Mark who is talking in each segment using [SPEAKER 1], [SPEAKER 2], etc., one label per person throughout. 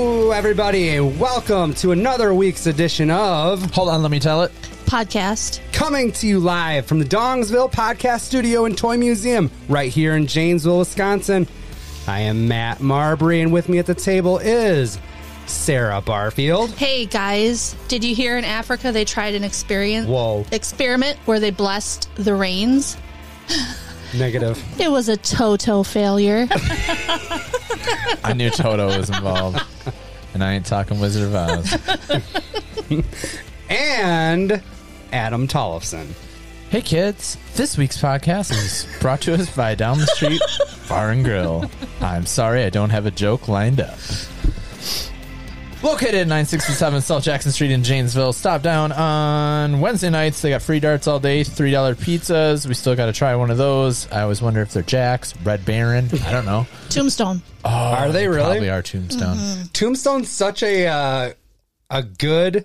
[SPEAKER 1] everybody, and welcome to another week's edition of
[SPEAKER 2] Hold on, let me tell it.
[SPEAKER 3] podcast.
[SPEAKER 1] Coming to You Live from the Dongsville Podcast Studio and Toy Museum right here in Janesville, Wisconsin. I am Matt Marbury, and with me at the table is Sarah Barfield.
[SPEAKER 3] Hey guys, did you hear in Africa they tried an experience
[SPEAKER 1] Whoa.
[SPEAKER 3] experiment where they blessed the rains?
[SPEAKER 1] Negative.
[SPEAKER 3] It was a toto failure.
[SPEAKER 2] I knew Toto was involved. And I ain't talking Wizard of Oz.
[SPEAKER 1] And Adam Tollefson.
[SPEAKER 2] Hey kids, this week's podcast is brought to us by Down the Street Bar and Grill. I'm sorry I don't have a joke lined up. Located at 967 South Jackson Street in Janesville. Stop down on Wednesday nights. They got free darts all day, $3 pizzas. We still got to try one of those. I always wonder if they're Jack's, Red Baron. I don't know.
[SPEAKER 3] Tombstone.
[SPEAKER 1] Are they really?
[SPEAKER 2] Probably are Tombstone.
[SPEAKER 1] Tombstone's such a uh, a good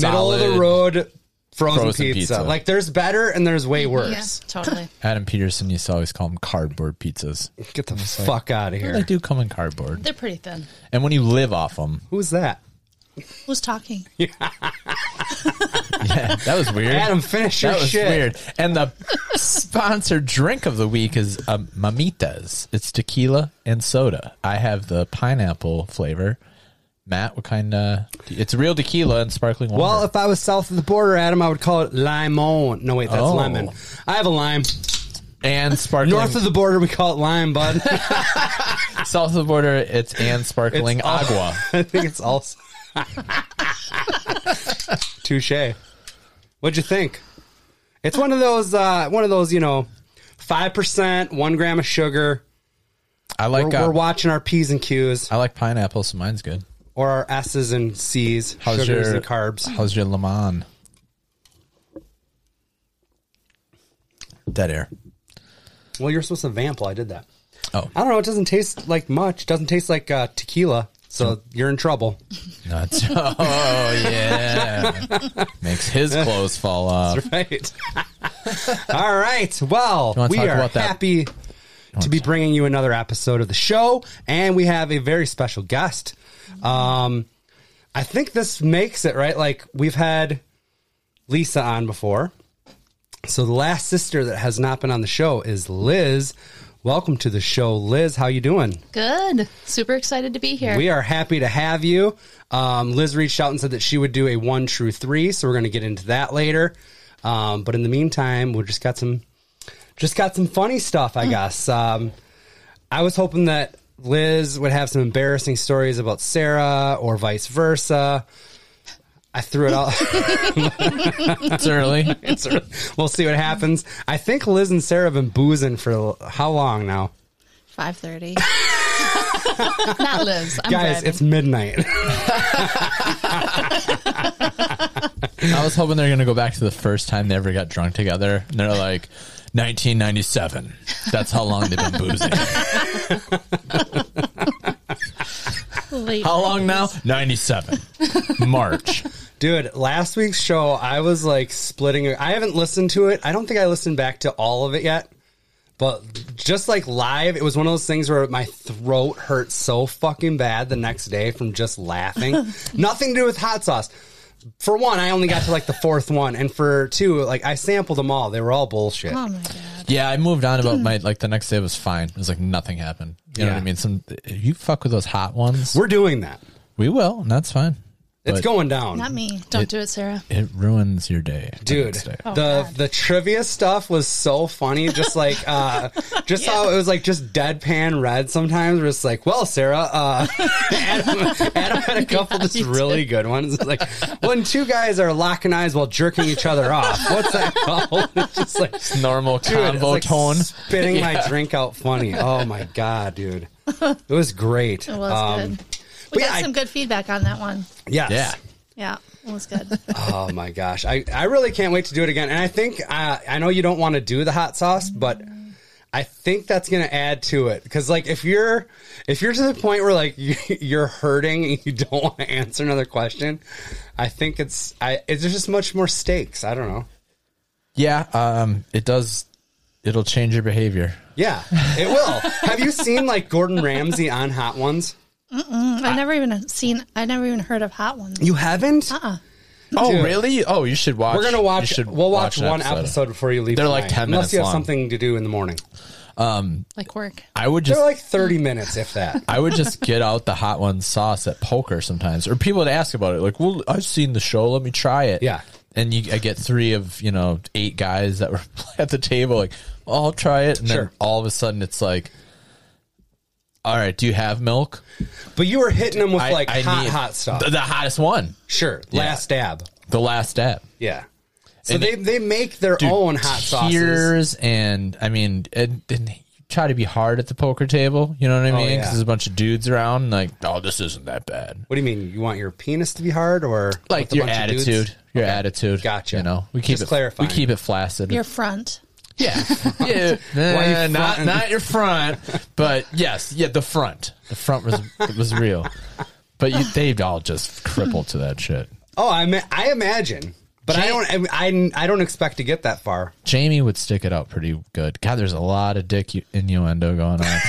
[SPEAKER 1] middle of the
[SPEAKER 2] Solid.
[SPEAKER 1] road frozen,
[SPEAKER 2] Frozen
[SPEAKER 1] pizza.
[SPEAKER 2] pizza.
[SPEAKER 1] Like there's better and there's way
[SPEAKER 3] Yeah,
[SPEAKER 1] worse.
[SPEAKER 3] totally.
[SPEAKER 2] Adam Peterson used to always call them cardboard pizzas.
[SPEAKER 1] Get the fuck out of
[SPEAKER 2] They
[SPEAKER 1] here.
[SPEAKER 2] do come in cardboard.
[SPEAKER 3] They're pretty thin.
[SPEAKER 2] And when you live off them,
[SPEAKER 1] Who's that?
[SPEAKER 3] Who's talking?
[SPEAKER 2] yeah, that was weird.
[SPEAKER 1] Adam, finish your
[SPEAKER 2] that was
[SPEAKER 1] shit.
[SPEAKER 2] weird. And the sponsored drink of the week is um, Mamitas. It's tequila and soda. I have the pineapple flavor. Matt, what kind of? It's real tequila and sparkling water.
[SPEAKER 1] Well, if I was south of the border, Adam, I would call it limon. No, wait, that's
[SPEAKER 2] Oh.
[SPEAKER 1] lemon. I have a lime.
[SPEAKER 2] and sparkling
[SPEAKER 1] North of the border, we call it lime, bud.
[SPEAKER 2] south of the border, it's and sparkling
[SPEAKER 1] It's- uh,
[SPEAKER 2] agua.
[SPEAKER 1] I think it's also. Touche. What'd you think? It's one of those, uh, one of those, you know, five percent, one gram of sugar.
[SPEAKER 2] I like
[SPEAKER 1] We're,
[SPEAKER 2] uh,
[SPEAKER 1] we're watching our p's and q's
[SPEAKER 2] I like pineapple, so mine's good.
[SPEAKER 1] or our s's and c's,
[SPEAKER 2] How's
[SPEAKER 1] sugars
[SPEAKER 2] your
[SPEAKER 1] and carbs.
[SPEAKER 2] How's your Le Mans? Dead air.
[SPEAKER 1] Well, you're supposed to vamp while I did that.
[SPEAKER 2] Oh,
[SPEAKER 1] I don't know. It doesn't taste like much. It doesn't taste like uh, tequila. So
[SPEAKER 2] Hmm.
[SPEAKER 1] you're in trouble.
[SPEAKER 2] nuts. Oh, yeah. Makes his clothes fall off.
[SPEAKER 1] right. All right. Well,
[SPEAKER 2] wanna
[SPEAKER 1] we
[SPEAKER 2] talk
[SPEAKER 1] are
[SPEAKER 2] about that?
[SPEAKER 1] happy to be bringing you another episode of the show, and we have a very special guest. Um, I think this makes it right. Like we've had Lisa on before, so the last sister that has not been on the show is Liz. Welcome to the show, Liz. How you doing?
[SPEAKER 3] Good. Super excited to be here.
[SPEAKER 1] We are happy to have you. Um, Liz reached out and said that she would do a one true three, so we're going to get into that later. Um, but in the meantime, we just got some, just got some funny stuff,
[SPEAKER 3] Mm.
[SPEAKER 1] I guess. Um, I was hoping that Liz would have some embarrassing stories about Sarah or vice versa. I threw it out.
[SPEAKER 2] It's early.
[SPEAKER 1] It's early. we'll see what happens. I think Liz and Sarah have been boozing for how long now,
[SPEAKER 3] Five thirty. Not Liz. I'm
[SPEAKER 1] guys?
[SPEAKER 3] driving.
[SPEAKER 1] It's midnight.
[SPEAKER 2] I was hoping they're going to go back to the first time they ever got drunk together. And they're like, 1997. That's how long they've been boozing.
[SPEAKER 3] Late.
[SPEAKER 2] How long now? 97. March.
[SPEAKER 1] Dude, last week's show, I was like splitting. I haven't listened to it. I don't think I listened back to all of it yet. But just like live, it was one of those things where my throat hurt so fucking bad the next day from just laughing. Nothing to do with hot sauce. For one, I only got to like the fourth one. And for two, like I sampled them all. They were all bullshit.
[SPEAKER 3] Oh my god.
[SPEAKER 2] Yeah, I moved on about my, like, the next day was fine. It was like nothing happened. You know
[SPEAKER 1] Yeah.
[SPEAKER 2] what I mean? Some You fuck with those hot ones.
[SPEAKER 1] We're doing that.
[SPEAKER 2] we will, and that's fine.
[SPEAKER 1] It's
[SPEAKER 2] But-
[SPEAKER 1] going down.
[SPEAKER 3] Not me. Don't do it, Sarah.
[SPEAKER 2] It ruins your day. the
[SPEAKER 1] dude
[SPEAKER 2] next day.
[SPEAKER 3] Oh,
[SPEAKER 1] the the trivia stuff was so funny just like uh just how it was like just deadpan red sometimes where it's like well sarah uh adam, adam had a couple just really good ones It's like when two guys are locking eyes while jerking each other off what's that called it's just like
[SPEAKER 2] normal
[SPEAKER 1] dude, it's
[SPEAKER 2] convo
[SPEAKER 1] like
[SPEAKER 2] tone.
[SPEAKER 1] spitting my drink out funny oh my god dude it was great Um,
[SPEAKER 3] It was good.
[SPEAKER 1] but
[SPEAKER 3] We
[SPEAKER 1] yeah,
[SPEAKER 3] got
[SPEAKER 1] I-
[SPEAKER 3] some good feedback on that one.
[SPEAKER 1] yes
[SPEAKER 2] Yeah.
[SPEAKER 3] Yeah, it was good.
[SPEAKER 1] Oh my gosh, I, I really can't wait to do it again. And I think uh, I know you don't want to do the hot sauce, but I think that's going to add to it because like if you're if you're to the point where like you, you're hurting and you don't want to answer another question, I think it's I it's there's just much more stakes. I don't know.
[SPEAKER 2] Yeah, um, it does. It'll change your behavior.
[SPEAKER 1] Yeah, it will. Have you seen like Gordon Ramsay on Hot Ones?
[SPEAKER 3] I've never even seen. I've never even heard of hot ones.
[SPEAKER 1] You haven't?
[SPEAKER 2] Oh,
[SPEAKER 1] Dude.
[SPEAKER 2] really? Oh, you should watch.
[SPEAKER 1] We're gonna watch.
[SPEAKER 2] you should
[SPEAKER 1] we'll watch,
[SPEAKER 2] an
[SPEAKER 1] one episode. before you leave.
[SPEAKER 2] They're like
[SPEAKER 1] tonight,
[SPEAKER 2] 10
[SPEAKER 1] unless you
[SPEAKER 2] minutes
[SPEAKER 1] have
[SPEAKER 2] long.
[SPEAKER 1] something to do in the morning.
[SPEAKER 3] Like work.
[SPEAKER 2] I would just
[SPEAKER 1] They're like thirty minutes, if that.
[SPEAKER 2] I would just get out the hot one sauce at poker sometimes, or people would ask about it. Like, well, I've seen the show. Let me try it.
[SPEAKER 1] Yeah.
[SPEAKER 2] And you, I get three of you know eight guys that were at the table. Like, oh, I'll try it, and then
[SPEAKER 1] Sure.
[SPEAKER 2] all of a sudden it's like, all right, do you have milk?
[SPEAKER 1] But you were hitting them with
[SPEAKER 2] I-
[SPEAKER 1] like
[SPEAKER 2] I
[SPEAKER 1] hot,
[SPEAKER 2] need-
[SPEAKER 1] hot stuff.
[SPEAKER 2] The, the hottest one,
[SPEAKER 1] sure, last dab.
[SPEAKER 2] the last step.
[SPEAKER 1] Yeah. So
[SPEAKER 2] And
[SPEAKER 1] they they make their own Oh, hot sauces.
[SPEAKER 2] tears and I mean, and, and you try to be hard at the poker table. You know what I mean? Because
[SPEAKER 1] Oh, yeah.
[SPEAKER 2] there's a bunch of dudes around. and Like, oh, this isn't that bad.
[SPEAKER 1] What do you mean? You want your penis to be hard or
[SPEAKER 2] Like
[SPEAKER 1] with a
[SPEAKER 2] your
[SPEAKER 1] bunch of dudes?
[SPEAKER 2] attitude, your attitude.
[SPEAKER 1] Gotcha.
[SPEAKER 2] You know, we keep
[SPEAKER 1] Just
[SPEAKER 2] it.
[SPEAKER 1] clarifying.
[SPEAKER 2] We keep it flaccid.
[SPEAKER 3] Your front.
[SPEAKER 2] yeah, yeah.
[SPEAKER 1] you
[SPEAKER 2] Eh, not
[SPEAKER 1] fronting?
[SPEAKER 2] not your front, but yes, yeah, the front. The front was was real, but you, they all just crippled to that shit.
[SPEAKER 1] Oh, I ma- I imagine, but I don't I, I don't expect to get that far.
[SPEAKER 2] Jamie would stick it out pretty good. God, there's a lot of dick innuendo going on.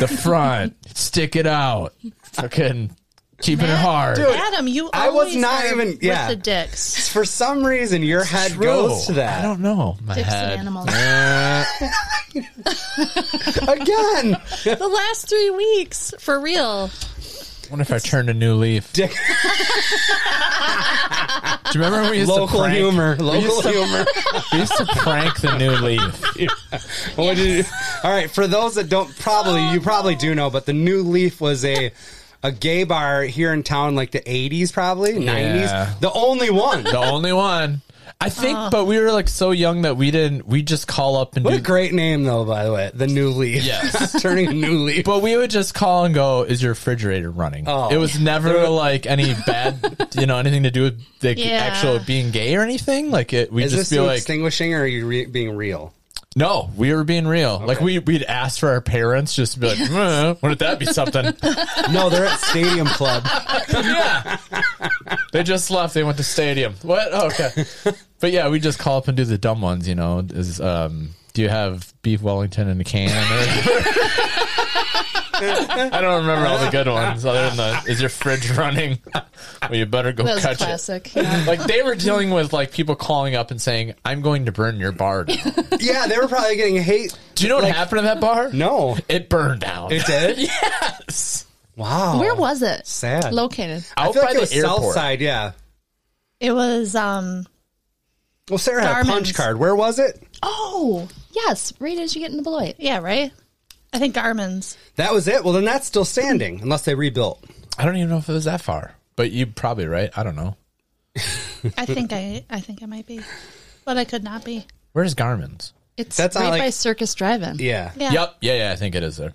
[SPEAKER 2] the front, stick it out, fucking keeping it hard.
[SPEAKER 1] Dude,
[SPEAKER 3] Adam, you.
[SPEAKER 1] I was
[SPEAKER 3] always
[SPEAKER 1] not
[SPEAKER 3] are
[SPEAKER 1] even- yeah.
[SPEAKER 3] with the dicks.
[SPEAKER 1] For some reason, your head
[SPEAKER 2] True.
[SPEAKER 1] goes to
[SPEAKER 2] I
[SPEAKER 1] that
[SPEAKER 2] don't know. My
[SPEAKER 4] Dicks
[SPEAKER 2] head.
[SPEAKER 4] and animals.
[SPEAKER 1] again.
[SPEAKER 3] The last three weeks, for real.
[SPEAKER 2] wonder if I turned a new leaf.
[SPEAKER 1] Dick.
[SPEAKER 2] Do you remember when we used to
[SPEAKER 1] Local
[SPEAKER 2] prank?
[SPEAKER 1] humor. Local
[SPEAKER 2] used to-
[SPEAKER 1] humor.
[SPEAKER 2] We used to prank the new leaf.
[SPEAKER 1] What did you- all right, for those that don't probably you probably do know, but the New Leaf was a a gay bar here in town, like the '80s, probably '90s.
[SPEAKER 2] Yeah.
[SPEAKER 1] The only one.
[SPEAKER 2] The only one. I think,
[SPEAKER 4] Oh.
[SPEAKER 2] but we were like so young that we didn't. We just call up and
[SPEAKER 1] What a
[SPEAKER 2] do.
[SPEAKER 1] great name, though. By the way, the New Leaf.
[SPEAKER 2] Yes.
[SPEAKER 1] turning a new leaf.
[SPEAKER 2] But we would just call and go, "Is your refrigerator running?"
[SPEAKER 1] Oh.
[SPEAKER 2] It was never like any bad, you know, anything to do with the
[SPEAKER 3] Yeah.
[SPEAKER 2] actual being gay or anything. Like it, we
[SPEAKER 1] Is this
[SPEAKER 2] just be
[SPEAKER 1] you
[SPEAKER 2] like,
[SPEAKER 1] extinguishing, or are you re- being real?
[SPEAKER 2] "No, we were being real." Like we we'd ask for our parents, just to be like, "Uh, "Wouldn't that be something?"
[SPEAKER 1] No, they're at Stadium Club.
[SPEAKER 2] yeah, they just left. They went to stadium. What? Oh, okay, but yeah, we just call up and do the dumb ones. You know, is um. Do you have beef Wellington in a can? Or I don't remember all the good ones other than the is your fridge running? Well, you better go
[SPEAKER 4] That was a
[SPEAKER 2] catch it.
[SPEAKER 4] classic. Yeah.
[SPEAKER 2] Like they were dealing with like people calling up and saying, "I'm going to burn your bar." down."
[SPEAKER 1] Yeah, they were probably getting hate.
[SPEAKER 2] Do you know what happened to that bar?
[SPEAKER 1] No,
[SPEAKER 2] it burned down.
[SPEAKER 1] it did.
[SPEAKER 2] yes,
[SPEAKER 1] Wow.
[SPEAKER 4] Where was it?
[SPEAKER 1] Sad.
[SPEAKER 4] Located.
[SPEAKER 1] I
[SPEAKER 2] out
[SPEAKER 1] feel
[SPEAKER 2] by
[SPEAKER 1] like it was
[SPEAKER 2] the airport.
[SPEAKER 1] South Side. Yeah.
[SPEAKER 3] It was. um
[SPEAKER 1] Well, Sarah had a punch
[SPEAKER 3] Garmin's.
[SPEAKER 1] card. Where was it?
[SPEAKER 4] Oh, yes. Right as you get into Beloit.
[SPEAKER 3] Yeah, right. I think Garmin's.
[SPEAKER 1] That was it. Well, then that's still standing, unless they rebuilt.
[SPEAKER 2] I don't even know if it was that far, but you probably right. I don't know.
[SPEAKER 3] I think I. I think I might be, but I could not be.
[SPEAKER 2] Where's Garmin's?
[SPEAKER 4] It's
[SPEAKER 1] That's not
[SPEAKER 4] right
[SPEAKER 1] like-
[SPEAKER 4] by Circus Drive-In.
[SPEAKER 1] Yeah.
[SPEAKER 3] Yeah.
[SPEAKER 2] Yep. Yeah, yeah, I think it is there.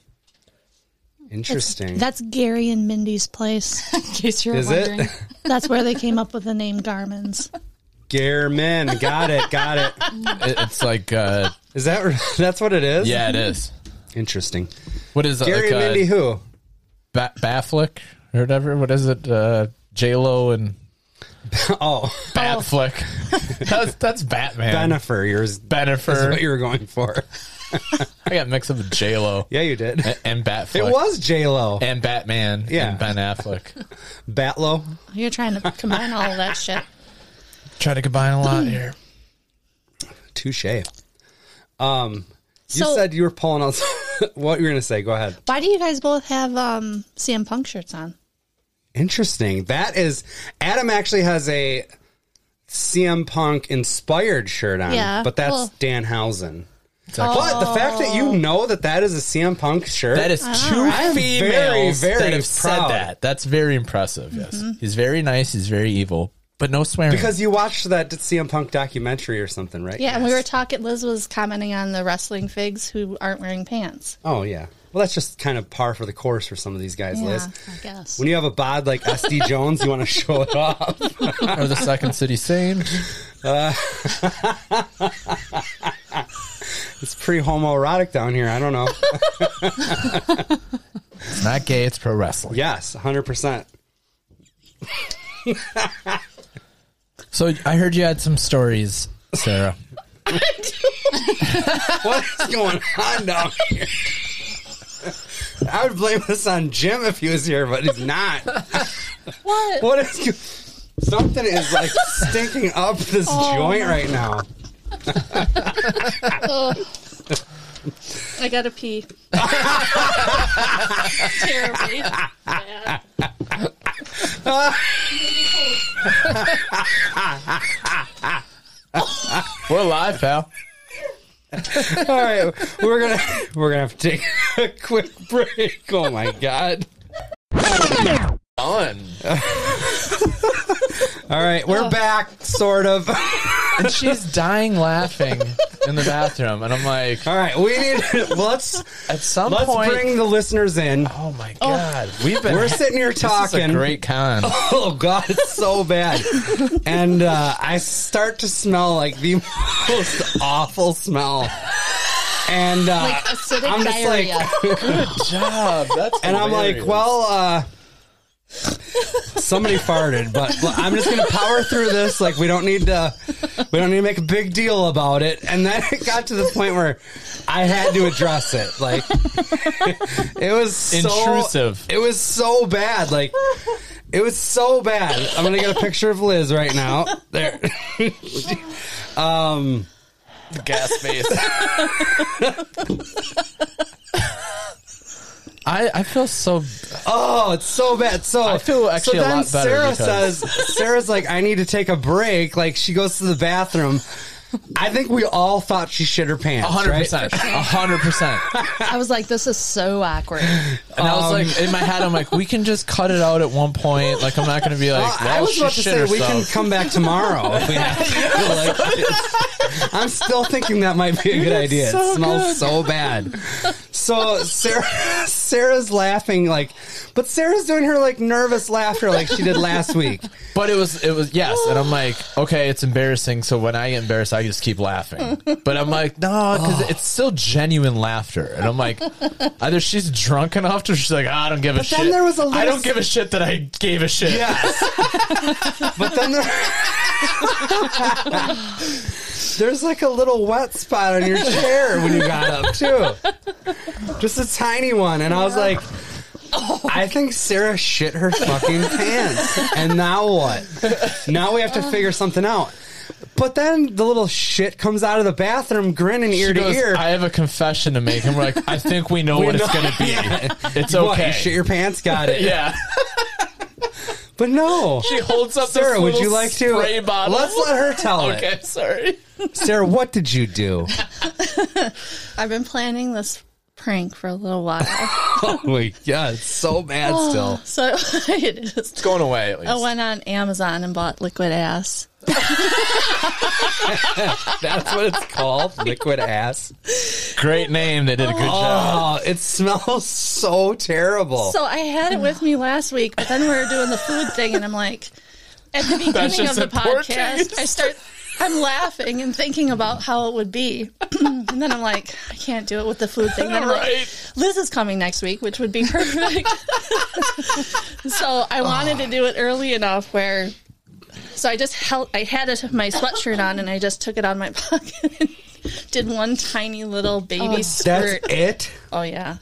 [SPEAKER 1] Interesting.
[SPEAKER 3] That's Gary and Mindy's place.
[SPEAKER 4] In case you're
[SPEAKER 1] Is
[SPEAKER 4] wondering.
[SPEAKER 1] it?
[SPEAKER 3] That's where they came up with the name Garmin's.
[SPEAKER 1] Gehrman. Got it. Got it.
[SPEAKER 2] It- it's like, uh,
[SPEAKER 1] Is that that's what it is?
[SPEAKER 2] yeah, it is.
[SPEAKER 1] Interesting.
[SPEAKER 2] What is it?
[SPEAKER 1] Gary
[SPEAKER 2] like,
[SPEAKER 1] and Mindy
[SPEAKER 2] uh,
[SPEAKER 1] who?
[SPEAKER 2] ba- Bafflick or whatever? What is it? Uh, J Lo and
[SPEAKER 1] Oh,
[SPEAKER 2] Batflick. that's that's Batman.
[SPEAKER 1] Benifer. Yours. Is
[SPEAKER 2] Benifer.
[SPEAKER 1] what you were going for.
[SPEAKER 2] I got mixed up with J Lo
[SPEAKER 1] Yeah, you did. It
[SPEAKER 2] and Batflick.
[SPEAKER 1] was J Lo.
[SPEAKER 2] and Batman
[SPEAKER 1] Yeah.
[SPEAKER 2] and Ben Affleck.
[SPEAKER 1] Batlo.
[SPEAKER 3] You're trying to combine all of that shit.
[SPEAKER 2] Try to combine a lot here.
[SPEAKER 1] Touche. Um, you
[SPEAKER 3] So-
[SPEAKER 1] said you were pulling out what you were going to say. Go ahead.
[SPEAKER 3] Why do you guys both have um, CM Punk shirts on?
[SPEAKER 1] Interesting. That is Adam actually has a CM Punk inspired shirt on,
[SPEAKER 3] Yeah,
[SPEAKER 1] but that's
[SPEAKER 3] well-
[SPEAKER 1] Dan Housen. But the fact that
[SPEAKER 3] Oh.
[SPEAKER 1] you know that that is a CM Punk shirt,
[SPEAKER 2] That is two
[SPEAKER 1] I'm very,
[SPEAKER 2] females
[SPEAKER 1] very
[SPEAKER 2] that
[SPEAKER 1] proud.
[SPEAKER 2] have said that. That's very impressive. Yes, he's very nice. He's very evil, but no swearing.
[SPEAKER 1] because you watched that CM Punk documentary or something, right?
[SPEAKER 3] Yeah, and we were talking. Liz was commenting on the wrestling figs who aren't wearing pants.
[SPEAKER 1] Oh yeah. Well, that's just kind of par for the course for some of these guys, Liz.
[SPEAKER 4] I guess.
[SPEAKER 1] When you have a bod like SD Jones, you want to show it off.
[SPEAKER 2] or the second city same.
[SPEAKER 1] It's pretty homoerotic down here. I don't know.
[SPEAKER 2] It's not gay. It's pro wrestling.
[SPEAKER 1] yes, hundred percent.
[SPEAKER 2] So I heard you had some stories, Sarah.
[SPEAKER 1] What is going on down here? I would blame this on Jim if he was here, but he's not.
[SPEAKER 4] What?
[SPEAKER 1] What is something is like stinking up this joint right now?
[SPEAKER 3] I gotta pee. Terribly. Yeah.
[SPEAKER 2] We're live, pal.
[SPEAKER 1] All right, we're gonna we're gonna have to take a quick break. Oh my god!
[SPEAKER 2] On.
[SPEAKER 1] All right, we're back, sort of.
[SPEAKER 2] And she's dying laughing in the bathroom. And I'm like,
[SPEAKER 1] All right, we need let's
[SPEAKER 2] at some
[SPEAKER 1] let's
[SPEAKER 2] point.
[SPEAKER 1] bring the listeners in.
[SPEAKER 2] oh my God. We've been.
[SPEAKER 1] We're sitting here
[SPEAKER 2] This is
[SPEAKER 1] talking.
[SPEAKER 2] a great con.
[SPEAKER 1] Oh god, it's so bad. and uh, I start to smell like the most awful smell. And uh,
[SPEAKER 4] Like acidic
[SPEAKER 1] I'm just like-
[SPEAKER 4] diarrhea.
[SPEAKER 2] Good job. That's
[SPEAKER 1] and I'm like,
[SPEAKER 2] hilarious.
[SPEAKER 1] well, uh, somebody farted, but I'm just gonna power through this. Like we don't need to, we don't need to make a big deal about it. And then it got to the point where I had to address it. Like it was so-
[SPEAKER 2] Intrusive.
[SPEAKER 1] It was so bad. Like it was so bad. I'm gonna get a picture of Liz right now. There. um.
[SPEAKER 2] gas face. I, I feel so
[SPEAKER 1] Oh, it's so bad. So
[SPEAKER 2] I feel actually
[SPEAKER 1] so
[SPEAKER 2] a
[SPEAKER 1] then
[SPEAKER 2] lot better
[SPEAKER 1] Sarah
[SPEAKER 2] because-
[SPEAKER 1] says Sarah's like, I need to take a break. Like she goes to the bathroom. I think we all thought she shit her pants. right?
[SPEAKER 2] 100%. 100%.
[SPEAKER 4] I was like, this is so awkward.
[SPEAKER 2] And I was
[SPEAKER 1] Um,
[SPEAKER 2] like, in my head, I'm like, we can just cut it out at one point. Like, I'm not going to be
[SPEAKER 1] Well,
[SPEAKER 2] like, well,
[SPEAKER 1] I was
[SPEAKER 2] she
[SPEAKER 1] about to
[SPEAKER 2] shit
[SPEAKER 1] say we can
[SPEAKER 2] herself.
[SPEAKER 1] come back tomorrow. if we have to. Like, it's- I'm still thinking that might be a good idea. it smells so bad. So Sarah, Sarah's laughing like, but Sarah's doing her like nervous laughter like she did last week.
[SPEAKER 2] But it was, it was, yes. And I'm like, okay, it's embarrassing. So when I get embarrassed, I just keep laughing. But I'm like, no, because it's still genuine laughter. And I'm like, either she's drunk enough to she's like, "Ah, I don't give a
[SPEAKER 1] But
[SPEAKER 2] shit.
[SPEAKER 1] then there was a
[SPEAKER 2] I
[SPEAKER 1] little-
[SPEAKER 2] don't give a shit that I gave a shit.
[SPEAKER 1] Yes. but then there, there's like a little wet spot on your chair when you got up too. Just a tiny one. And I was like, I think Sarah shit her fucking pants. And now what? Now we have to figure something out. But then the little shit comes out of the bathroom grinning ear
[SPEAKER 2] She
[SPEAKER 1] to
[SPEAKER 2] goes,
[SPEAKER 1] ear.
[SPEAKER 2] I have a confession to make. And we're like, I think we know what
[SPEAKER 1] know."
[SPEAKER 2] it's going to be. It's
[SPEAKER 1] What, you
[SPEAKER 2] okay.
[SPEAKER 1] shit your pants? Got it.
[SPEAKER 2] yeah.
[SPEAKER 1] But no.
[SPEAKER 2] She holds up
[SPEAKER 1] Sarah,
[SPEAKER 2] this
[SPEAKER 1] would
[SPEAKER 2] little
[SPEAKER 1] you like to?
[SPEAKER 2] spray bottle.
[SPEAKER 1] Let's let her tell it.
[SPEAKER 2] okay, sorry.
[SPEAKER 1] Sarah, what did you do?
[SPEAKER 3] I've been planning this prank for a little while.
[SPEAKER 1] Oh my god, it's so bad still.
[SPEAKER 3] so it is.
[SPEAKER 2] It's going away at least.
[SPEAKER 3] I went on Amazon and bought liquid ass.
[SPEAKER 1] That's what it's called, liquid ass.
[SPEAKER 2] Great name. They did a good job.
[SPEAKER 1] Oh, it smells so
[SPEAKER 2] Oh.
[SPEAKER 1] terrible.
[SPEAKER 3] So I had it with me last week, but then we were doing the food thing, and I'm like, at the beginning
[SPEAKER 2] just
[SPEAKER 3] of the
[SPEAKER 2] in Portuguese.
[SPEAKER 3] podcast, I start, I'm laughing and thinking about how it would be, and then I'm like, I can't do it with the food thing. Then I'm like,
[SPEAKER 2] Right.
[SPEAKER 3] Liz is coming next week, which would be perfect. so I wanted to do it early enough where. So I just held, I had it, my sweatshirt on, and I just took it out of my pocket and did one tiny little baby
[SPEAKER 1] That's
[SPEAKER 3] squirt.
[SPEAKER 1] it.
[SPEAKER 3] Oh yeah,